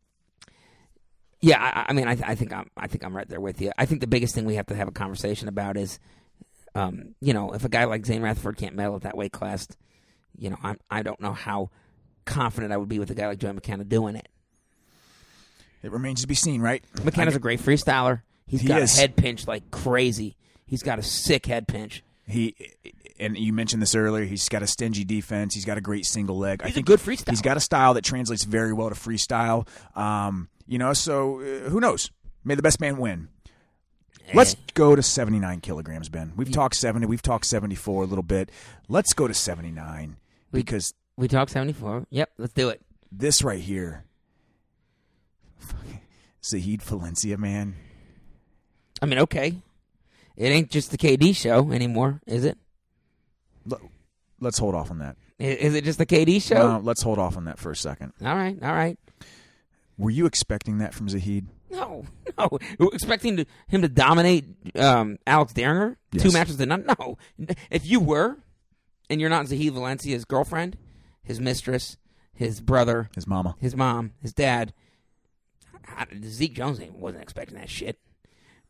[SPEAKER 3] Yeah, I, I- I mean, I, I think I'm, I think I'm right there with you. I think the biggest thing we have to have a conversation about is, um, you know, if a guy like Zane Rutherford can't medal at that weight class, you know, I'm, I don't know how confident I would be with a guy like Joey McKenna doing it.
[SPEAKER 2] it. It remains to be seen, right?
[SPEAKER 3] McKenna's a great freestyler. He's
[SPEAKER 2] He
[SPEAKER 3] got
[SPEAKER 2] is.
[SPEAKER 3] a head pinch like crazy. He's got a sick head pinch.
[SPEAKER 2] He and you mentioned this earlier. He's got a stingy defense. He's got a great single leg. I
[SPEAKER 3] He's a
[SPEAKER 2] think
[SPEAKER 3] good freestyle.
[SPEAKER 2] He's got a style that translates very well to freestyle. Um, you know, so uh, who knows? May the best man win.
[SPEAKER 3] Eh.
[SPEAKER 2] Let's go to 79 kilograms, Ben. We've talked 70. We've talked 74 a little bit. Let's go to 79
[SPEAKER 3] We-
[SPEAKER 2] because
[SPEAKER 3] We talked 74. Yep, let's do it.
[SPEAKER 2] this right here, Zahid Valencia, man.
[SPEAKER 3] I mean, okay. It ain't just the KD show anymore, is it?
[SPEAKER 2] L- Let's hold off on that.
[SPEAKER 3] I- Is it just the KD
[SPEAKER 2] Uh,
[SPEAKER 3] show?
[SPEAKER 2] let's hold off on that for a second.
[SPEAKER 3] All right, all right.
[SPEAKER 2] Were you expecting that from Zahid?
[SPEAKER 3] No, no. We're expecting to, him to dominate um, Alex Derringer two
[SPEAKER 2] Yes.
[SPEAKER 3] matches to none. No. If you were, and you're not Zahid Valencia's girlfriend, his mistress, his brother,
[SPEAKER 2] His mama.
[SPEAKER 3] his mom, his dad. I, Zeke Jones ain't, wasn't expecting that shit.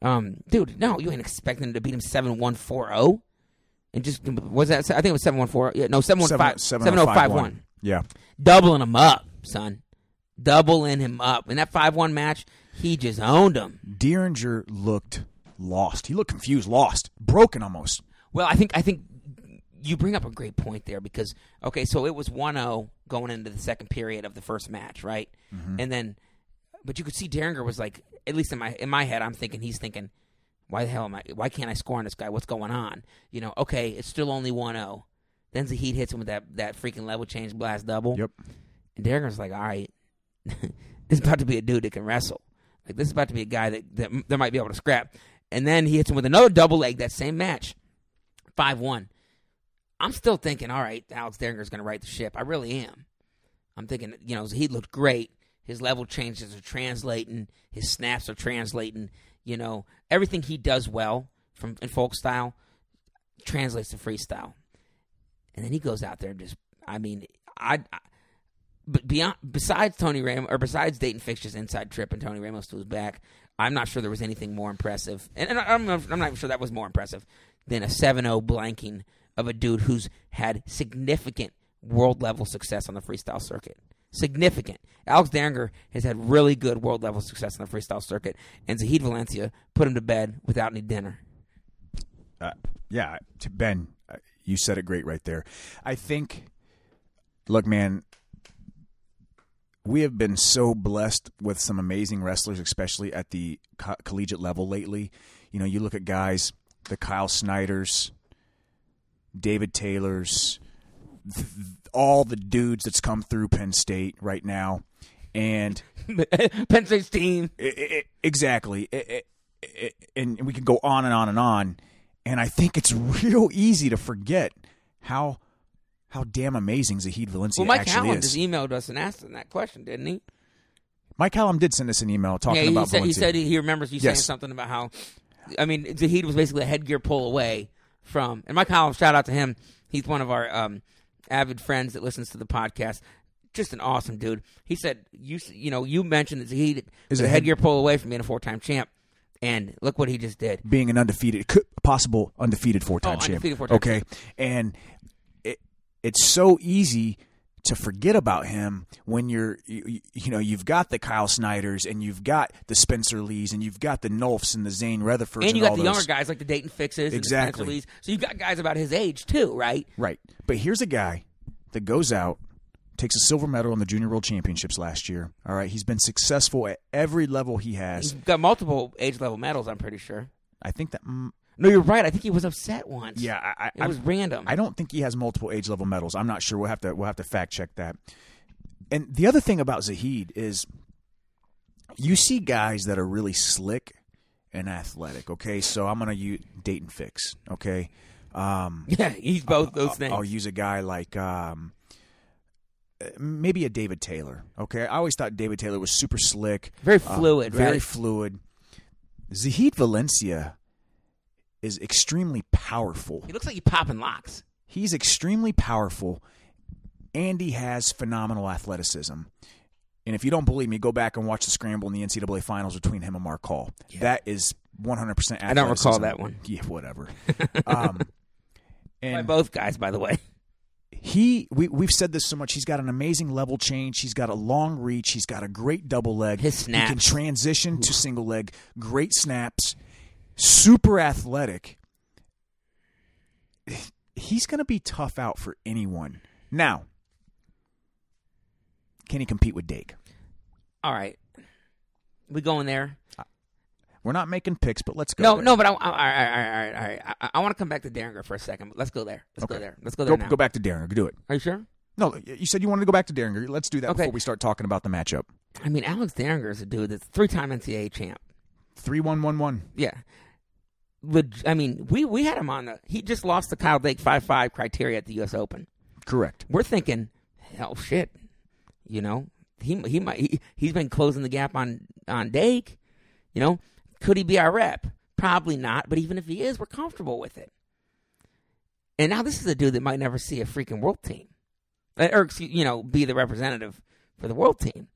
[SPEAKER 3] Um, dude, no, you ain't expecting him to beat him seven one four zero, and just was that? I think it was seven one four. Yeah, no, seven one five seven zero five one.
[SPEAKER 2] oh Yeah.
[SPEAKER 3] Doubling him up, son. Doubling him up in that five one match. He just owned him.
[SPEAKER 2] Deeringer looked lost. He looked confused, lost, broken almost.
[SPEAKER 3] Well, I think I think you bring up a great point there because okay, so it was 1-0 going into the second period of the first match, right? And then but you could see Derringer was like, at least in my in my head, I'm thinking he's thinking, why the hell am I? Why can't I score on this guy? What's going on? You know, okay, it's still only 1-0. Then Zahid hits him with that that freaking level change blast double.
[SPEAKER 2] Yep.
[SPEAKER 3] And Derringer's like, all right, this is about to be a dude that can wrestle. Like this is about to be a guy that that, that might be able to scrap. And then he hits him with another double leg that same match, five one. I'm still thinking, all right, Alex Derringer's going to right the ship. I really am. I'm thinking, you know, he looked great. His level changes are translating. His snaps are translating. You know, everything he does well from in folk style translates to freestyle. And then he goes out there and just, I mean, I, I but beyond besides Tony Ram or besides Dayton Fixture's inside trip and Tony Ramos to his back, I'm not sure there was anything more impressive, and, and I- I'm, not- I'm not even sure that was more impressive than a 7-0 blanking of a dude who's had significant world level success on the freestyle circuit. Significant. Alex Deringer has had really good world level success on the freestyle circuit, and Zahid Valencia put him to bed without any dinner.
[SPEAKER 2] Uh, yeah, to Ben, uh, you said it great right there. I think, look, man, we have been so blessed with some amazing wrestlers, especially at the co- collegiate level lately. You know, you look at guys, the Kyle Snyders, David Taylors, th- th- all the dudes that's come through Penn State right now, and
[SPEAKER 3] Penn State's team.
[SPEAKER 2] I- I- I- exactly. I- I- I- and we could go on and on and on. And I think it's real easy to forget how how damn amazing Zahid Valencia
[SPEAKER 3] Well, Mike
[SPEAKER 2] actually
[SPEAKER 3] Allen
[SPEAKER 2] is.
[SPEAKER 3] just emailed us and asked him that question, didn't he?
[SPEAKER 2] Mike Hallam did send us an email talking
[SPEAKER 3] yeah, he
[SPEAKER 2] about
[SPEAKER 3] said, he
[SPEAKER 2] Valencia.
[SPEAKER 3] said he he remembers you saying
[SPEAKER 2] Yes.
[SPEAKER 3] something about how, I mean, Zahid was basically a headgear pull away from. And Mike Holland, shout out to him. He's one of our um, avid friends that listens to the podcast. Just an awesome dude. He said you s- you know you mentioned that Zahid
[SPEAKER 2] Is
[SPEAKER 3] is
[SPEAKER 2] it
[SPEAKER 3] a
[SPEAKER 2] head-
[SPEAKER 3] headgear pull away from being a four time champ, and look what he just did.
[SPEAKER 2] being an undefeated, could- possible undefeated four time
[SPEAKER 3] Oh,
[SPEAKER 2] champ.
[SPEAKER 3] undefeated four-time
[SPEAKER 2] okay, and it, it's so easy to forget about him when you're you, you- you know you've got the Kyle Snyders and you've got the Spencer Lees and you've got the Nolfs and the Zane Rutherfords and,
[SPEAKER 3] And you got
[SPEAKER 2] all
[SPEAKER 3] the
[SPEAKER 2] those.
[SPEAKER 3] younger guys like the Dayton Fixes,
[SPEAKER 2] Exactly.
[SPEAKER 3] And the Spencer Lees. so you've got guys about his age too, right?
[SPEAKER 2] Right. But here's a guy that goes out, takes a silver medal in the Junior World Championships last year. All right. He's been successful at every level he
[SPEAKER 3] He's
[SPEAKER 2] has.
[SPEAKER 3] got multiple age level medals. I'm pretty sure.
[SPEAKER 2] I think that. Mm,
[SPEAKER 3] No, you're right. I think he was upset once.
[SPEAKER 2] yeah. I, I,
[SPEAKER 3] it was random.
[SPEAKER 2] I don't think he has multiple age level medals. I'm not sure. We'll have to we'll have to fact check that. and the other thing about Zahid is you see guys that are really slick and athletic. Okay, so I'm gonna use Dayton Fix. Okay, um,
[SPEAKER 3] Yeah, he's both those things.
[SPEAKER 2] I'll Oh, use a guy like um, uh, maybe a David Taylor. Okay, I always thought David Taylor was super slick,
[SPEAKER 3] Very
[SPEAKER 2] uh,
[SPEAKER 3] fluid,
[SPEAKER 2] very
[SPEAKER 3] right?
[SPEAKER 2] fluid. Zahid Valencia is extremely powerful.
[SPEAKER 3] he looks like he popping locks.
[SPEAKER 2] He's extremely powerful, and he has phenomenal athleticism. And if you don't believe me, go back and watch the scramble in the NCAA finals between him and Mark Hall. That is 100% athleticism.
[SPEAKER 3] I don't recall that one.
[SPEAKER 2] Yeah, whatever. um,
[SPEAKER 3] By
[SPEAKER 2] and
[SPEAKER 3] both guys, by the way.
[SPEAKER 2] he, we, we've said this so much. He's got an amazing level change. He's got a long reach. He's got a great double leg.
[SPEAKER 3] His
[SPEAKER 2] He can
[SPEAKER 3] snaps.
[SPEAKER 2] transition to single leg. Great snaps. Super athletic. He's going to be tough out for anyone. Now, can he compete with Dake?
[SPEAKER 3] All right, we going there?
[SPEAKER 2] We're not making picks, but let's go.
[SPEAKER 3] No,
[SPEAKER 2] there.
[SPEAKER 3] no, but I, I, all right, all right, all right, all right. I, I want to come back to Derringer for a second. But let's go there. Let's go
[SPEAKER 2] Okay.
[SPEAKER 3] there. Let's go there
[SPEAKER 2] Go,
[SPEAKER 3] now.
[SPEAKER 2] go back to Derringer. Do it.
[SPEAKER 3] Are you sure?
[SPEAKER 2] No, you said you wanted to go back to Derringer. Let's do that
[SPEAKER 3] Okay.
[SPEAKER 2] before we start talking about the matchup.
[SPEAKER 3] I mean, Alex Derringer is a dude that's three-time NCAA champ.
[SPEAKER 2] Three one one one.
[SPEAKER 3] Yeah. Leg- I mean, we, we had him on the. He just lost the Kyle Lake 5 5 criteria at the U.S. Open.
[SPEAKER 2] Correct.
[SPEAKER 3] We're thinking, hell shit. You know, he he might he, he's been closing the gap on on Dake. You know, could he be our rep? Probably not. But even if he is, we're comfortable with it. And now this is a dude that might never see a freaking world team, Uh, or excuse- you know, be the representative for the world team.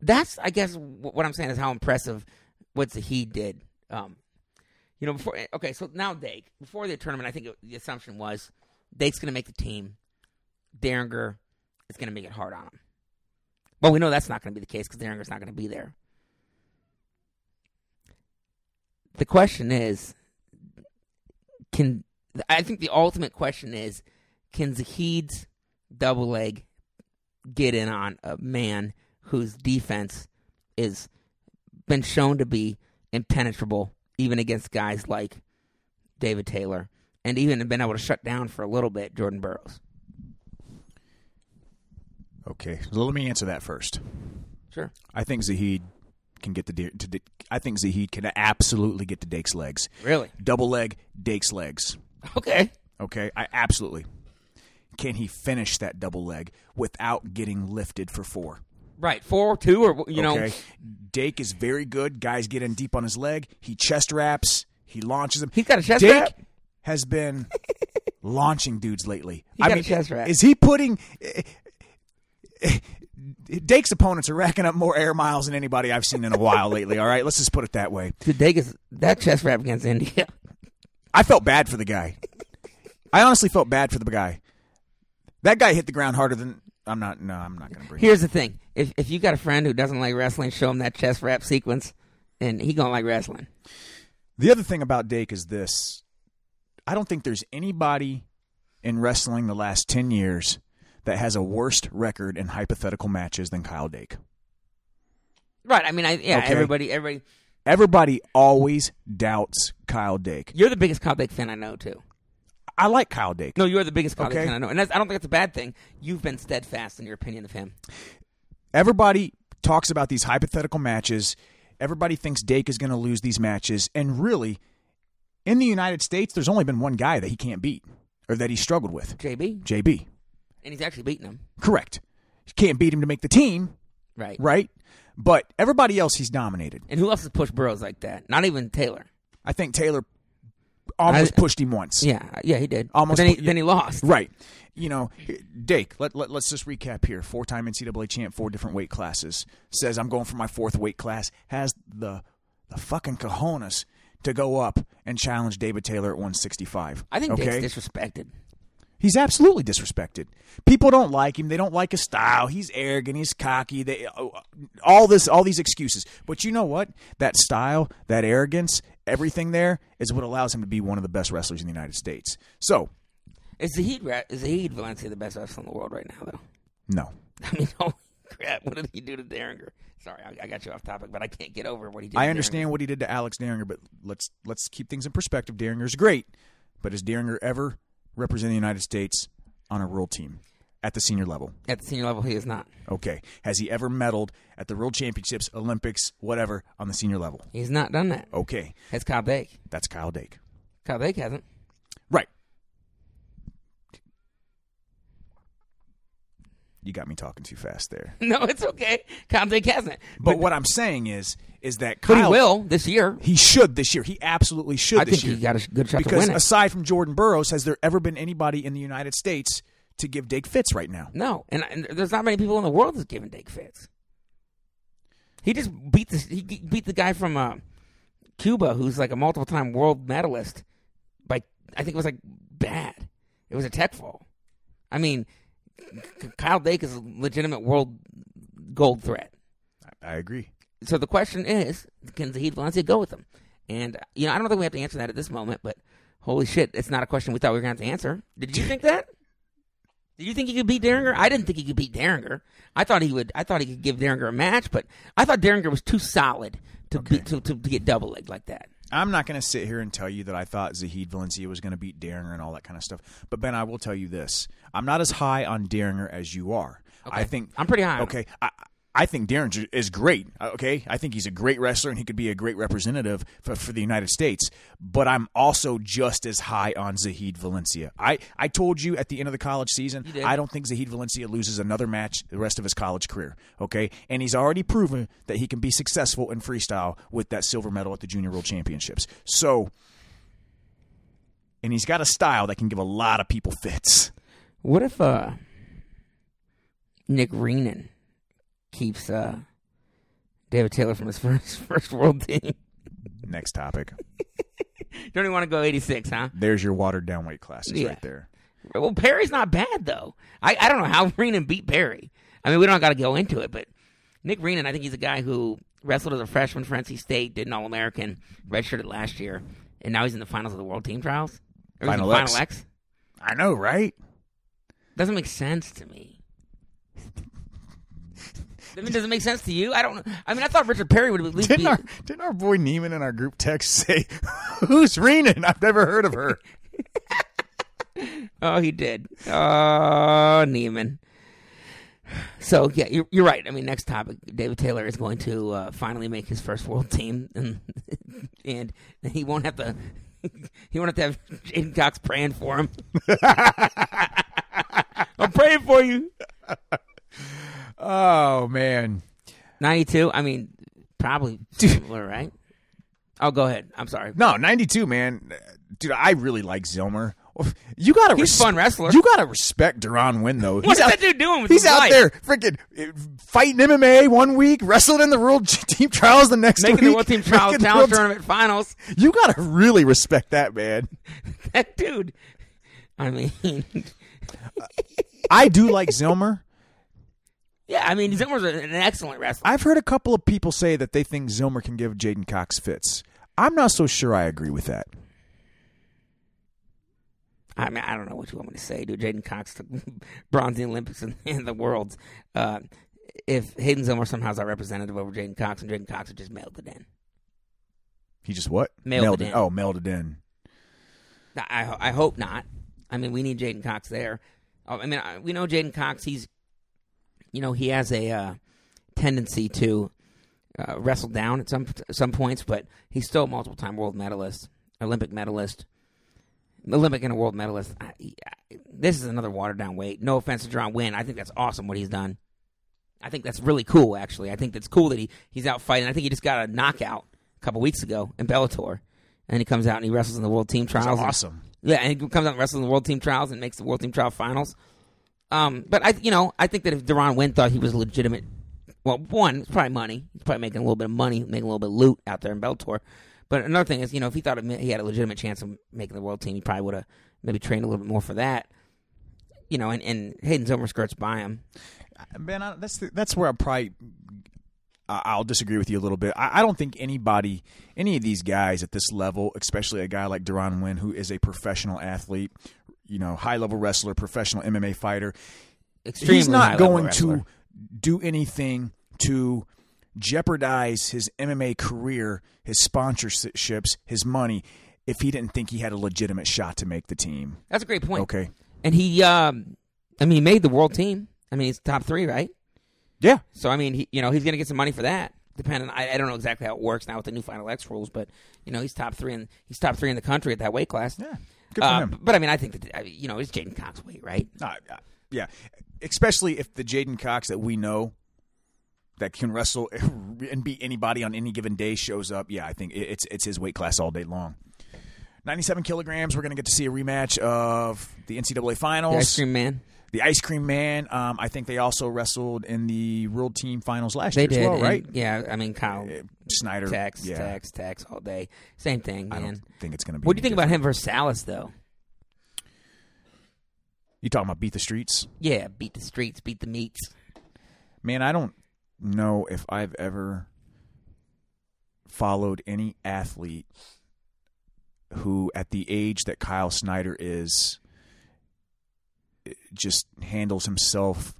[SPEAKER 3] That's I guess wh- what I'm saying is how impressive what he did. Um, you know, before eh, okay, so now Dake before the tournament, I think it- the assumption was Dake's going to make the team. Derringer is going to make it hard on him. Well, we know that's not going to be the case because Derringer's not going to be there. The question is, can I think the ultimate question is, can Zahid's double leg get in on a man whose defense is been shown to be impenetrable, even against guys like David Taylor, and even been able to shut down for a little bit Jordan Burroughs.
[SPEAKER 2] Okay, so let me answer that first.
[SPEAKER 3] Sure.
[SPEAKER 2] I think Zahid can get the de- to. De- I think Zahid can absolutely get to Dake's legs.
[SPEAKER 3] Really?
[SPEAKER 2] Double leg, Dake's legs.
[SPEAKER 3] Okay.
[SPEAKER 2] Okay, I absolutely. Can he finish that double leg without getting lifted for four?
[SPEAKER 3] Right. Four, two, or you know,
[SPEAKER 2] okay? Dake is very good. Guys get in deep on his leg. He chest wraps. He launches them.
[SPEAKER 3] He's got a chest
[SPEAKER 2] Dake
[SPEAKER 3] wrap?
[SPEAKER 2] has been launching dudes lately.
[SPEAKER 3] got a chest wrap.
[SPEAKER 2] is he putting? eh, eh, Dake's opponents are racking up more air miles than anybody I've seen in a while lately. All right, let's just put it that way.
[SPEAKER 3] dude, they get- that chest wrap against India.
[SPEAKER 2] I felt bad for the guy. I honestly felt bad for the guy. That guy hit the ground harder than I'm not. No, I'm not going to bring.
[SPEAKER 3] Here's the thing: if if you got a friend who doesn't like wrestling, show him that chest wrap sequence, and he gonna like wrestling.
[SPEAKER 2] The other thing about Dake is this I don't think there's anybody in wrestling the last 10 years that has a worse record in hypothetical matches than Kyle Dake.
[SPEAKER 3] Right. I mean, I yeah.
[SPEAKER 2] Okay.
[SPEAKER 3] Everybody, everybody.
[SPEAKER 2] Everybody always doubts Kyle Dake.
[SPEAKER 3] You're the biggest Kyle Dake fan I know too.
[SPEAKER 2] I like Kyle Dake.
[SPEAKER 3] No, you're the biggest Kyle
[SPEAKER 2] Okay.
[SPEAKER 3] Dake fan I know, and that's, I don't think that's a bad thing. You've been steadfast in your opinion of him.
[SPEAKER 2] Everybody talks about these hypothetical matches. Everybody thinks Dake is going to lose these matches. And really, in the United States, there's only been one guy that he can't beat or that he struggled with
[SPEAKER 3] JB,
[SPEAKER 2] JB.
[SPEAKER 3] and he's actually beating him.
[SPEAKER 2] Correct. You can't beat him to make the team,
[SPEAKER 3] Right.
[SPEAKER 2] right? But everybody else he's dominated.
[SPEAKER 3] And who else has pushed Burrows like that? Not even Taylor.
[SPEAKER 2] I think Taylor almost
[SPEAKER 3] I-
[SPEAKER 2] pushed him once.
[SPEAKER 3] Yeah, yeah, he did.
[SPEAKER 2] Almost
[SPEAKER 3] But then he,
[SPEAKER 2] put-
[SPEAKER 3] then he lost.
[SPEAKER 2] Right. You know, Dake, let, let, let's just recap here. Four time NCAA champ, four different weight classes. Says, I'm going for my fourth weight class. Has the, the fucking cojones to go up and challenge David Taylor at 165.
[SPEAKER 3] I think
[SPEAKER 2] okay?
[SPEAKER 3] Dake's disrespected.
[SPEAKER 2] He's absolutely disrespected. People don't like him. They don't like his style. He's arrogant. He's cocky. They uh, all this, all these excuses. But you know what? That style, that arrogance, everything there is what allows him to be one of the best wrestlers in the United States. So,
[SPEAKER 3] Is Zahid, Ra- is Zahid Valencia the best wrestler in the world right now, though?
[SPEAKER 2] no,
[SPEAKER 3] I mean, holy crap! What did he do to Derringer? Sorry, I, I got you off topic, but I can't get over what he did. to
[SPEAKER 2] I
[SPEAKER 3] Derringer.
[SPEAKER 2] understand what he did to Alex Derringer, but let's let's keep things in perspective. Derringer's great, but is Derringer ever representing the United States on a real team? at the senior level?
[SPEAKER 3] At the senior level, he is not.
[SPEAKER 2] Okay. Has he ever medaled at the World Championships, Olympics, whatever, on the senior level?
[SPEAKER 3] He's not done that.
[SPEAKER 2] Okay.
[SPEAKER 3] That's Kyle Dake.
[SPEAKER 2] That's Kyle Dake.
[SPEAKER 3] Kyle Dake hasn't.
[SPEAKER 2] Right. You got me talking too fast there.
[SPEAKER 3] No, it's okay. Kyle Dake hasn't.
[SPEAKER 2] But, what I'm saying is, is that
[SPEAKER 3] But
[SPEAKER 2] Kyle
[SPEAKER 3] he will this year.
[SPEAKER 2] He should this year. He absolutely should.
[SPEAKER 3] I
[SPEAKER 2] this
[SPEAKER 3] think
[SPEAKER 2] year.
[SPEAKER 3] he got a good shot to
[SPEAKER 2] because
[SPEAKER 3] win it.
[SPEAKER 2] aside from Jordan Burroughs, has there ever been anybody in the United States to give Dake fits right now?
[SPEAKER 3] No, and, and there's not many people in the world that's giving Dake fits. He just beat the he g- beat the guy from uh, Cuba who's like a multiple time world medalist by I think it was like bad. It was a tech fall. I mean, K- Kyle Dake is a legitimate world gold threat.
[SPEAKER 2] I agree.
[SPEAKER 3] So the question is, can Zahid Valencia go with him? And uh, you know, I don't think we have to answer that at this moment. But holy shit, it's not a question we thought we were going to have to answer. Did you think that? Did you think he could beat Derringer? I didn't think he could beat Derringer. I thought he would. I thought he could give Derringer a match, but I thought Derringer was too solid to beat, to, to, to get double legged like that.
[SPEAKER 2] I'm not going to sit here and tell you that I thought Zahid Valencia was going to beat Derringer and all that kind of stuff. But Ben, I will tell you this: I'm not as high on Derringer as you are. I
[SPEAKER 3] Okay.
[SPEAKER 2] think
[SPEAKER 3] I'm pretty high on him.
[SPEAKER 2] Okay, I, I think Derringer is great. uh, Okay, I think he's a great wrestler and he could be a great representative for, for the United States. But I'm also just as high on Zahid Valencia. I I told you at the end of the college season,
[SPEAKER 3] did.
[SPEAKER 2] I don't think Zahid Valencia loses another match the rest of his college career. Okay, and he's already proven that he can be successful in freestyle with that silver medal at the Junior World Championships. So. And he's got a style that can give a lot of people fits.
[SPEAKER 3] What if uh, Nick Renan keeps uh, David Taylor from his first first world team?
[SPEAKER 2] Next topic.
[SPEAKER 3] Don't even want to go 86, huh?
[SPEAKER 2] There's your watered down weight classes
[SPEAKER 3] Yeah.
[SPEAKER 2] right there.
[SPEAKER 3] Well, Perry's not bad though. I, I don't know how Renan beat Perry. I mean, we don't got to go into it, but Nick Renan, I think he's a guy who wrestled as a freshman for NC State, did an All American, redshirted last year, and now he's in the finals of the World Team Trials. Or he's in
[SPEAKER 2] Final
[SPEAKER 3] the
[SPEAKER 2] X.
[SPEAKER 3] Final X.
[SPEAKER 2] I know, right?
[SPEAKER 3] Doesn't make sense to me. I mean, does it make sense to you? I don't. know. I mean, I thought Richard Perry would at least
[SPEAKER 2] Didn't
[SPEAKER 3] be.
[SPEAKER 2] our didn't our boy Neiman in our group text say, "Who's Renan? I've never heard of her."
[SPEAKER 3] Oh, he did. Oh, Neiman. So yeah, you're, you're right. I mean, next topic, David Taylor is going to uh, finally make his first world team, and and he won't have to he won't have to have Jaden Cox praying for him. I'm praying for you.
[SPEAKER 2] Oh man,
[SPEAKER 3] Ninety two. I mean, probably similar, right? Oh, go ahead. I'm sorry.
[SPEAKER 2] no, ninety two, man, dude. I really like Zilmer. You gotta
[SPEAKER 3] He's a fun wrestler.
[SPEAKER 2] You gotta respect Duran Win though.
[SPEAKER 3] What is that dude doing with
[SPEAKER 2] He's
[SPEAKER 3] his
[SPEAKER 2] out
[SPEAKER 3] life?
[SPEAKER 2] there freaking uh, fighting MMA one week, wrestling in the World Team Trials the next
[SPEAKER 3] Making
[SPEAKER 2] week,
[SPEAKER 3] the world team trial
[SPEAKER 2] making the
[SPEAKER 3] talent
[SPEAKER 2] World-
[SPEAKER 3] tournament finals.
[SPEAKER 2] You gotta really respect that man.
[SPEAKER 3] That dude. I mean,
[SPEAKER 2] I do like Zilmer.
[SPEAKER 3] yeah. I mean, Zimmer's an an excellent wrestler.
[SPEAKER 2] I've heard a couple of people say that they think Zomer can give Jaden Cox fits. I'm not so sure I agree with that.
[SPEAKER 3] I mean, I don't know what you want me to say, dude. Jaden Cox took bronze in the Olympics and, and the Worlds. Uh, if Hayden Zilmer somehow is our representative over Jaden Cox, and Jaden Cox would just mailed it in.
[SPEAKER 2] He just what?
[SPEAKER 3] Mailed it in.
[SPEAKER 2] Oh, mailed it in.
[SPEAKER 3] I, I ho- I hope not. I mean, we need Jaden Cox there. Oh, I mean, I, we know Jaden Cox. He's, you know, he has a uh, tendency to uh, wrestle down at some some points, but he's still a multiple time world medalist, Olympic medalist, Olympic and a world medalist. I, I, this is another watered down weight. No offense to John Wynn. I think that's awesome what he's done. I think that's really cool. Actually, I think that's cool that he, he's out fighting. I think he just got a knockout a couple weeks ago in Bellator, and he comes out and he wrestles in the world team trials. and-
[SPEAKER 2] Awesome.
[SPEAKER 3] yeah, and he comes out and wrestles in the World Team Trials and makes the World Team Trial Finals. Um, but I, you know, I think that if Deron Wynn thought he was legitimate, well, one, it's probably money. He's probably making a little bit of money, making a little bit of loot out there in Bellator. But another thing is, you know, if he thought it meant he had a legitimate chance of making the World Team, he probably would have maybe trained a little bit more for that. You know, and, and Hayden Zomer skirts by him.
[SPEAKER 2] Ben, I, that's the, that's where I probably I- I'll disagree with you a little bit. I, I don't think anybody, any of these guys at this level, especially a guy like Deron Wynn, who is a professional athlete, you know, high level wrestler, professional MMA fighter,
[SPEAKER 3] Extremely
[SPEAKER 2] he's not
[SPEAKER 3] high-level
[SPEAKER 2] going
[SPEAKER 3] wrestler.
[SPEAKER 2] to do anything to jeopardize his MMA career, his sponsorships, his money, if he didn't think he had a legitimate shot to make the team.
[SPEAKER 3] That's a great point.
[SPEAKER 2] Okay.
[SPEAKER 3] And he, um, I mean, he made the world team. I mean, he's top three, right?
[SPEAKER 2] Yeah.
[SPEAKER 3] So I mean, he, you know, he's going to get some money for that. Depending, I, I don't know exactly how it works now with the new Final X rules, but you know, he's top three and he's top three in the country at that weight class.
[SPEAKER 2] Yeah. Good for
[SPEAKER 3] Uh,
[SPEAKER 2] him.
[SPEAKER 3] But I mean, I think that I mean, you know, it's Jaden Cox weight, right?
[SPEAKER 2] Uh, uh, yeah, especially if the Jaden Cox that we know that can wrestle and beat anybody on any given day shows up. Yeah, I think it- it's it's his weight class all day long. Ninety-seven kilograms. We're gonna get to see a rematch of the NCAA
[SPEAKER 3] The
[SPEAKER 2] finals.
[SPEAKER 3] ice cream man.
[SPEAKER 2] The Ice Cream Man. Um, I think they also wrestled in the World Team Finals last
[SPEAKER 3] They
[SPEAKER 2] year
[SPEAKER 3] did,
[SPEAKER 2] as well,
[SPEAKER 3] and-
[SPEAKER 2] right? Eh,
[SPEAKER 3] Yeah, I mean, Kyle
[SPEAKER 2] Snyder.
[SPEAKER 3] tax,
[SPEAKER 2] yeah,
[SPEAKER 3] tax, tax all day. Same thing,
[SPEAKER 2] I
[SPEAKER 3] man.
[SPEAKER 2] don't think it's gonna be.
[SPEAKER 3] What do you
[SPEAKER 2] any
[SPEAKER 3] think about
[SPEAKER 2] different.
[SPEAKER 3] him versus Salas, though?
[SPEAKER 2] You talking about beat the streets?
[SPEAKER 3] Yeah, beat the streets, beat the meats.
[SPEAKER 2] Man, I don't know if I've ever followed any athlete who, at the age that Kyle Snyder is, eh, just handles himself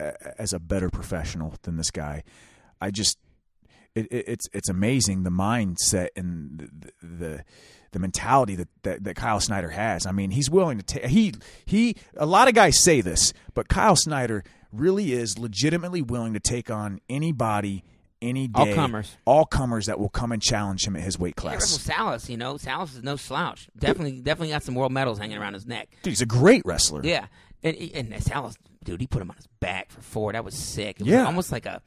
[SPEAKER 2] a- as a better professional than this guy. I just. It, it, it's it's amazing the mindset and the the, the mentality that, that, that Kyle Snyder has. I mean, he's willing to take he he. A lot of guys say this, but Kyle Snyder really is legitimately willing to take on anybody, any day,
[SPEAKER 3] All comers.
[SPEAKER 2] all comers that will come and challenge him at his weight
[SPEAKER 3] Yeah,
[SPEAKER 2] class.
[SPEAKER 3] Russell Salas, you know, Salas is no slouch. Definitely, definitely got some world medals hanging around his neck.
[SPEAKER 2] Dude, he's a great wrestler.
[SPEAKER 3] Yeah, and and Salas, dude, he put him on his back for four. That was sick. It was
[SPEAKER 2] Yeah.
[SPEAKER 3] almost like a.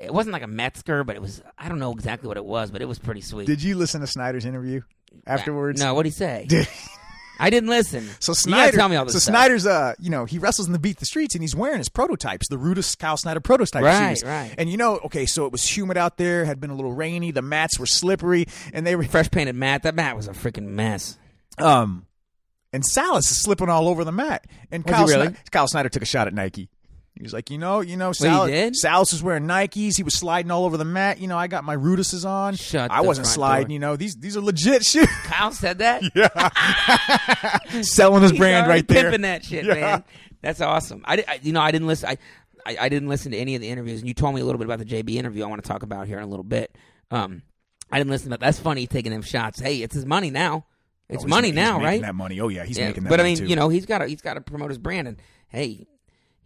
[SPEAKER 3] It wasn't like a Metzger, but it was. I don't know exactly what it was, but it was pretty sweet.
[SPEAKER 2] Did you listen to Snyder's interview afterwards?
[SPEAKER 3] No, what'd he say? I didn't listen.
[SPEAKER 2] So
[SPEAKER 3] you
[SPEAKER 2] Snyder,
[SPEAKER 3] gotta tell me all this
[SPEAKER 2] so
[SPEAKER 3] stuff.
[SPEAKER 2] Snyder's, uh, you know, he wrestles in the Beat the Streets, and he's wearing his prototypes, the rudest Kyle Snyder prototype
[SPEAKER 3] Right,
[SPEAKER 2] shoes.
[SPEAKER 3] right.
[SPEAKER 2] And you know, okay, so it was humid out there, had been a little rainy, the mats were slippery, and they were
[SPEAKER 3] fresh painted mat. That mat was a freaking mess.
[SPEAKER 2] um, and Salas is slipping all over the mat. And
[SPEAKER 3] Was
[SPEAKER 2] Kyle,
[SPEAKER 3] he really?
[SPEAKER 2] Snyder, Kyle Snyder took a shot at Nike. He was like, you know, you know,
[SPEAKER 3] he
[SPEAKER 2] Salas,
[SPEAKER 3] did?
[SPEAKER 2] Salas was wearing Nikes. He was sliding all over the mat. You know, I got my Rudises on.
[SPEAKER 3] Shut
[SPEAKER 2] I
[SPEAKER 3] the
[SPEAKER 2] wasn't
[SPEAKER 3] front
[SPEAKER 2] sliding.
[SPEAKER 3] door.
[SPEAKER 2] You know, these these are legit shoes.
[SPEAKER 3] Kyle said that.
[SPEAKER 2] Selling his
[SPEAKER 3] He's
[SPEAKER 2] brand
[SPEAKER 3] already
[SPEAKER 2] right there.
[SPEAKER 3] Pimping that shit,
[SPEAKER 2] Yeah.
[SPEAKER 3] man. That's awesome. I, di- I- you know I didn't listen. I, I I didn't listen to any of the interviews, and you told me a little bit about the JB interview. I want to talk about here in a little bit. Um, I didn't listen, but that's funny taking them shots. Hey, it's his money now. It's
[SPEAKER 2] Oh, he's-
[SPEAKER 3] money
[SPEAKER 2] he's
[SPEAKER 3] now,
[SPEAKER 2] making
[SPEAKER 3] right?
[SPEAKER 2] That money. Oh yeah, he's
[SPEAKER 3] Yeah,
[SPEAKER 2] making that.
[SPEAKER 3] but I
[SPEAKER 2] money,
[SPEAKER 3] mean,
[SPEAKER 2] too.
[SPEAKER 3] you know, he's got to he's got to promote his brand, and hey,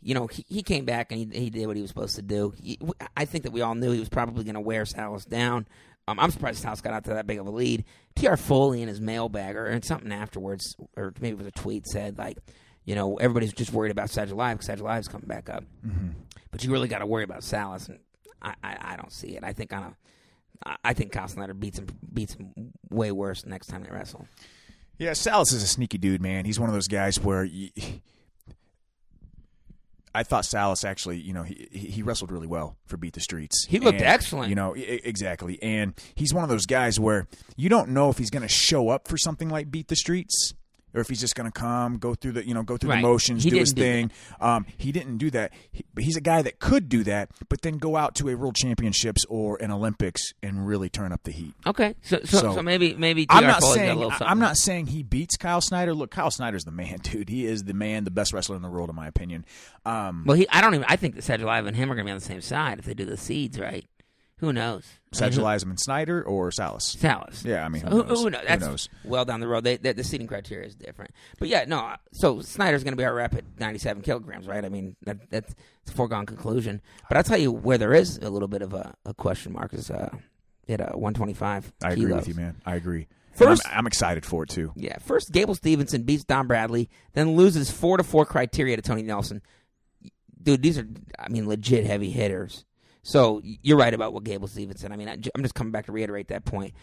[SPEAKER 3] you know, he, he came back and he, he did what he was supposed to do. He, w- I think that we all knew he was probably going to wear Salas down. Um, I'm surprised Salas got out to that big of a lead. Tr Foley in his mailbag or, or something afterwards, or maybe it was a tweet said like, you know, everybody's just worried about Sag Live because Sag Live's coming back up,
[SPEAKER 2] Mm-hmm.
[SPEAKER 3] but you really got to worry about Salas, and I, I, I don't see it. I think on a I- I think Kyle Snyder beats him beats him way worse next time they wrestle.
[SPEAKER 2] Yeah, Salas is a sneaky dude, man. He's one of those guys where you, I thought Salas actually, you know, he he he wrestled really well for Beat the Streets.
[SPEAKER 3] He looked
[SPEAKER 2] And,
[SPEAKER 3] excellent.
[SPEAKER 2] You know, e- e- exactly. And he's one of those guys where you don't know if he's going to show up for something like Beat the Streets. Or if he's just going to come, go through the you know go through
[SPEAKER 3] Right.
[SPEAKER 2] the motions,
[SPEAKER 3] He
[SPEAKER 2] do his
[SPEAKER 3] didn't do
[SPEAKER 2] thing. Um, he didn't do that. He, but he's a guy that could do that, but then go out to a world championships or an Olympics and really turn up the heat.
[SPEAKER 3] Okay, so so,
[SPEAKER 2] So-
[SPEAKER 3] so maybe maybe
[SPEAKER 2] I'm
[SPEAKER 3] TR
[SPEAKER 2] not
[SPEAKER 3] Foley's got a
[SPEAKER 2] saying
[SPEAKER 3] little
[SPEAKER 2] I-
[SPEAKER 3] something.
[SPEAKER 2] I'm not saying he beats Kyle Snyder. Look, Kyle Snyder's the man, dude. He is the man, the best wrestler in the world, in my opinion. Um,
[SPEAKER 3] Well, he I don't even I think that Sadulaiv and him are going to be on the same side if they do the seeds right. Who knows?
[SPEAKER 2] Satchelize him in Snyder or Salas.
[SPEAKER 3] Salas.
[SPEAKER 2] Yeah, I mean,
[SPEAKER 3] So
[SPEAKER 2] who
[SPEAKER 3] who,
[SPEAKER 2] knows? Who
[SPEAKER 3] That's
[SPEAKER 2] knows?
[SPEAKER 3] well down the road. They, they, the seeding criteria is different. But yeah, no. So Snyder's going to be our rep at 97 kilograms, right? I mean, that, that's it's a foregone conclusion. But I'll tell you where there is a little bit of a, a question mark is uh, at uh, 125.
[SPEAKER 2] I agree
[SPEAKER 3] kilos.
[SPEAKER 2] with you, man. I agree. And
[SPEAKER 3] First-
[SPEAKER 2] I'm, I'm excited for it too.
[SPEAKER 3] Yeah, first Gable Stevenson beats Don Bradley, then loses four to four criteria to Tony Nelson. Dude, these are I mean legit heavy hitters. So you're right about what Gable Stevenson. I mean, I- I'm just coming back to reiterate that point.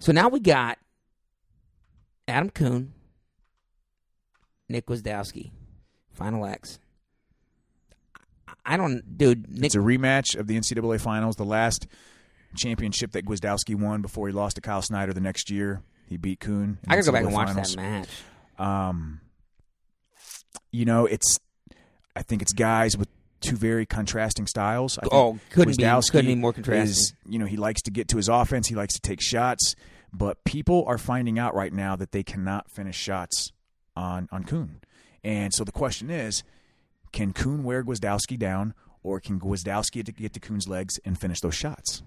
[SPEAKER 3] So now we got Adam Kuhn, Nick Wazdowski, Final X. I- I don't, dude. Nick,
[SPEAKER 2] It's a rematch of the NCAA Finals, the last championship that Gwizdowski won before he lost to Kyle Snyder the next year. He beat Kuhn. in
[SPEAKER 3] I gotta go back
[SPEAKER 2] NCAA
[SPEAKER 3] and watch
[SPEAKER 2] finals.
[SPEAKER 3] that match.
[SPEAKER 2] um, you know, it's I think it's guys with two very contrasting styles. I think
[SPEAKER 3] Oh, couldn't be-
[SPEAKER 2] Gwizdowski
[SPEAKER 3] couldn't be more contrasting.
[SPEAKER 2] Is, you know, he likes to get to his offense. He likes to take shots, but people are finding out right now that they cannot finish shots on on Kuhn. And so the question is, can Kuhn wear Gwizdowski down, or can Gwizdowski get to Kuhn's legs and finish those shots?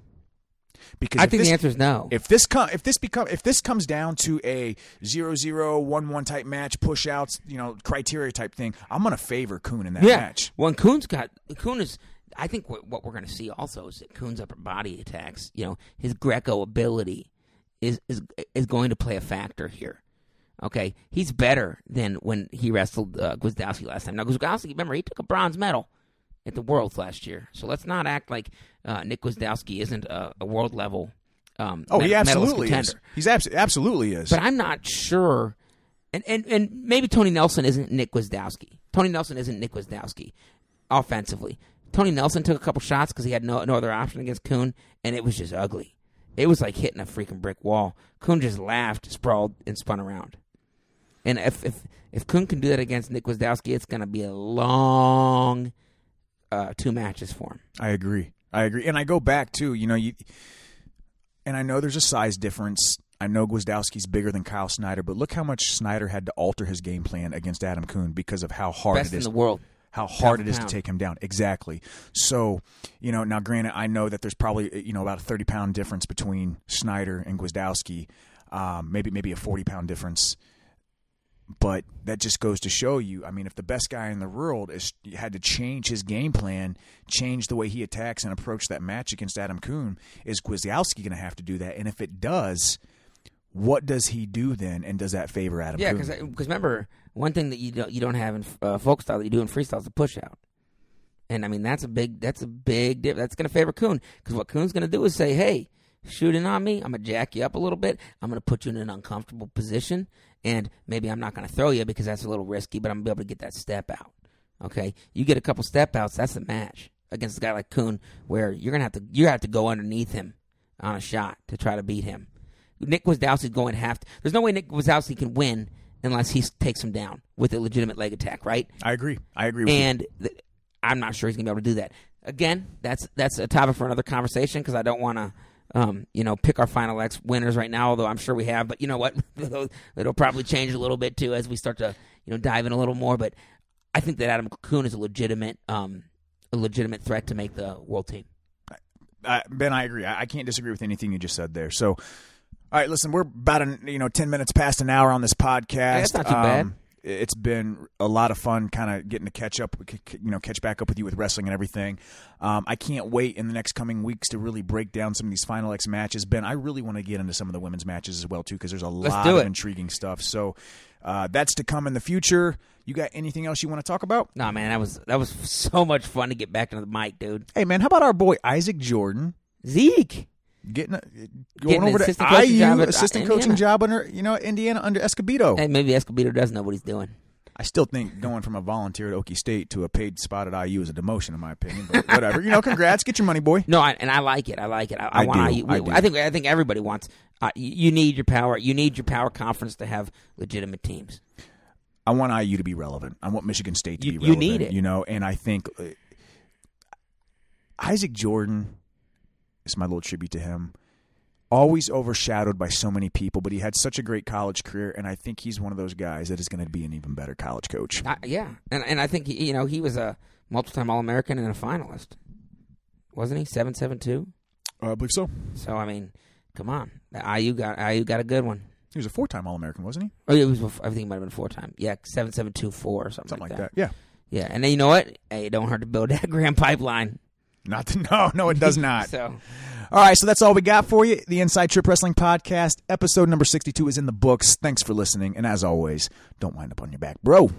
[SPEAKER 2] Because
[SPEAKER 3] I
[SPEAKER 2] if
[SPEAKER 3] think
[SPEAKER 2] this,
[SPEAKER 3] the answer is no.
[SPEAKER 2] if this come if this become if this comes down to a 0-0-1-1 type match pushouts you know criteria type thing i'm gonna favor Kuhn in that
[SPEAKER 3] yeah.
[SPEAKER 2] match
[SPEAKER 3] Well, and Coon's got Coon is. I think what, what we're going to see also is that Coon's upper body attacks. You know, his Greco ability is is is going to play a factor here. Okay, he's better than when he wrestled uh, Gwizdowski last time. Now Gwizdowski, remember, he took a bronze medal at the Worlds last year. So let's not act like uh, Nick Gwizdowski isn't a, a world level. Um,
[SPEAKER 2] oh he
[SPEAKER 3] med- medalist
[SPEAKER 2] absolutely is
[SPEAKER 3] contender.
[SPEAKER 2] he's abs- absolutely is
[SPEAKER 3] But I'm not sure. And, and and maybe Tony Nelson isn't Nick Wisdowski. Tony Nelson isn't Nick Wisdowski offensively. Tony Nelson took a couple shots because he had no, no other option against Kuhn, and it was just ugly. It was like hitting a freaking brick wall. Kuhn just laughed, sprawled, and spun around. And if if if Kuhn can do that against Nick Wisdowski, it's going to be a long uh, two matches for him.
[SPEAKER 2] I agree. I agree. And I go back to, you know, you and I know there's a size difference. I know Gwizdowski's bigger than Kyle Snyder, but look how much Snyder had to alter his game plan against Adam Kuhn because of how hard
[SPEAKER 3] Best
[SPEAKER 2] it
[SPEAKER 3] in
[SPEAKER 2] Oh, is
[SPEAKER 3] the world.
[SPEAKER 2] how hard it
[SPEAKER 3] Pound
[SPEAKER 2] is
[SPEAKER 3] for
[SPEAKER 2] to
[SPEAKER 3] pound.
[SPEAKER 2] take him down. Exactly. So, you know, now granted, I know that there's probably you know about a 30 pound difference between Snyder and Gwizdowski, um, maybe maybe a 40 pound difference. But that just goes to show you. I mean, if the best guy in the world is had to change his game plan, change the way he attacks and approach that match against Adam Kuhn, is Gwizdowski going to have to do that? And if it does, what does he do then? And does that favor Adam?
[SPEAKER 3] Yeah,
[SPEAKER 2] Kuhn?
[SPEAKER 3] because remember one thing that you don't you don't have in uh, folk style that you do in freestyle is a push out, and I mean that's a big that's a big dip. That's going to favor Coon because what Coon's going to do is say, "Hey, shooting on me, I'm gonna jack you up a little bit. I'm gonna put you in an uncomfortable position, and maybe I'm not going to throw you because that's a little risky, but I'm gonna be able to get that step out. Okay, you get a couple step outs, that's a match against a guy like Coon where you're gonna have to you have to go underneath him on a shot to try to beat him. Nick Wazowski's going to have to. There's no way Nick Wazowski can win unless he s- takes him down with a legitimate leg attack, right?
[SPEAKER 2] I agree. I agree. With you.
[SPEAKER 3] And th- I'm not sure he's going to be able to do that. Again, that's that's a topic for another conversation because I don't want to, um, you know, pick our final X winners right now. Although I'm sure we have, but you know what, it'll, it'll probably change a little bit too as we start to, you know, dive in a little more. But I think that Adam Kuhn is a legitimate, um, a legitimate threat to make the world team.
[SPEAKER 2] I, ben, I agree. I, I can't disagree with anything you just said there. So, all right, listen, we're about an, you know ten minutes past an hour on this podcast. Um,
[SPEAKER 3] that's not too bad.
[SPEAKER 2] It's been a lot of fun, kind of getting to catch up, c- c- you know, catch back up with you with wrestling and everything. Um, I can't wait in the next coming weeks to really break down some of these Final X matches. Ben, I really want to get into some of the women's matches as well too, because there's a lot
[SPEAKER 3] do
[SPEAKER 2] of
[SPEAKER 3] it.
[SPEAKER 2] intriguing stuff. So uh, that's to come in the future. You got anything else you want to talk about?
[SPEAKER 3] Nah, man, that was that was so much fun to get back into the mic, dude.
[SPEAKER 2] Hey, man, how about our boy Isaac Jordan?
[SPEAKER 3] Zeke.
[SPEAKER 2] getting a, going
[SPEAKER 3] Getting an
[SPEAKER 2] over to
[SPEAKER 3] assistant coaching
[SPEAKER 2] IU
[SPEAKER 3] job at, uh,
[SPEAKER 2] assistant coaching
[SPEAKER 3] Indiana.
[SPEAKER 2] job under you know Indiana under Escobedo.
[SPEAKER 3] Hey, maybe Escobedo does know what he's doing.
[SPEAKER 2] I still think going from a volunteer at Okie State to a paid spot at IU is a demotion in my opinion. But whatever, you know, congrats, get your money, boy.
[SPEAKER 3] No, I, and I like it. I like it. I, I,
[SPEAKER 2] I
[SPEAKER 3] want.
[SPEAKER 2] do.
[SPEAKER 3] IU.
[SPEAKER 2] I
[SPEAKER 3] we-
[SPEAKER 2] do.
[SPEAKER 3] I, think. I think everybody wants. Uh, you, you need your power. You need your power conference to have legitimate teams.
[SPEAKER 2] I want IU to be relevant. I want Michigan State to
[SPEAKER 3] You-
[SPEAKER 2] be
[SPEAKER 3] you
[SPEAKER 2] relevant.
[SPEAKER 3] need it.
[SPEAKER 2] you know. And I think uh, Isaac Jordan is my little tribute to him. Always overshadowed by so many people, but he had such a great college career, and I think he's one of those guys that is going to be an even better college coach.
[SPEAKER 3] I, yeah, and and I think he, you know he was a multiple-time All-American and a finalist, wasn't he? Seven seven two.
[SPEAKER 2] Uh, I believe so.
[SPEAKER 3] So I mean, come on, The IU got IU got a good one.
[SPEAKER 2] He was a four-time All-American, wasn't he?
[SPEAKER 3] Oh, yeah, it was. before- I think it might have been four time. Yeah, seven seven two four or something,
[SPEAKER 2] Something
[SPEAKER 3] like that.
[SPEAKER 2] Yeah.
[SPEAKER 3] Yeah, and then you know what? Hey, it don't hurt to build that grand pipeline.
[SPEAKER 2] Not to, no, no, it does not.
[SPEAKER 3] So
[SPEAKER 2] all right, so that's all we got for you. The Inside Trip Wrestling Podcast, episode number 62 is in the books. Thanks for listening. And as always, don't wind up on your back, bro.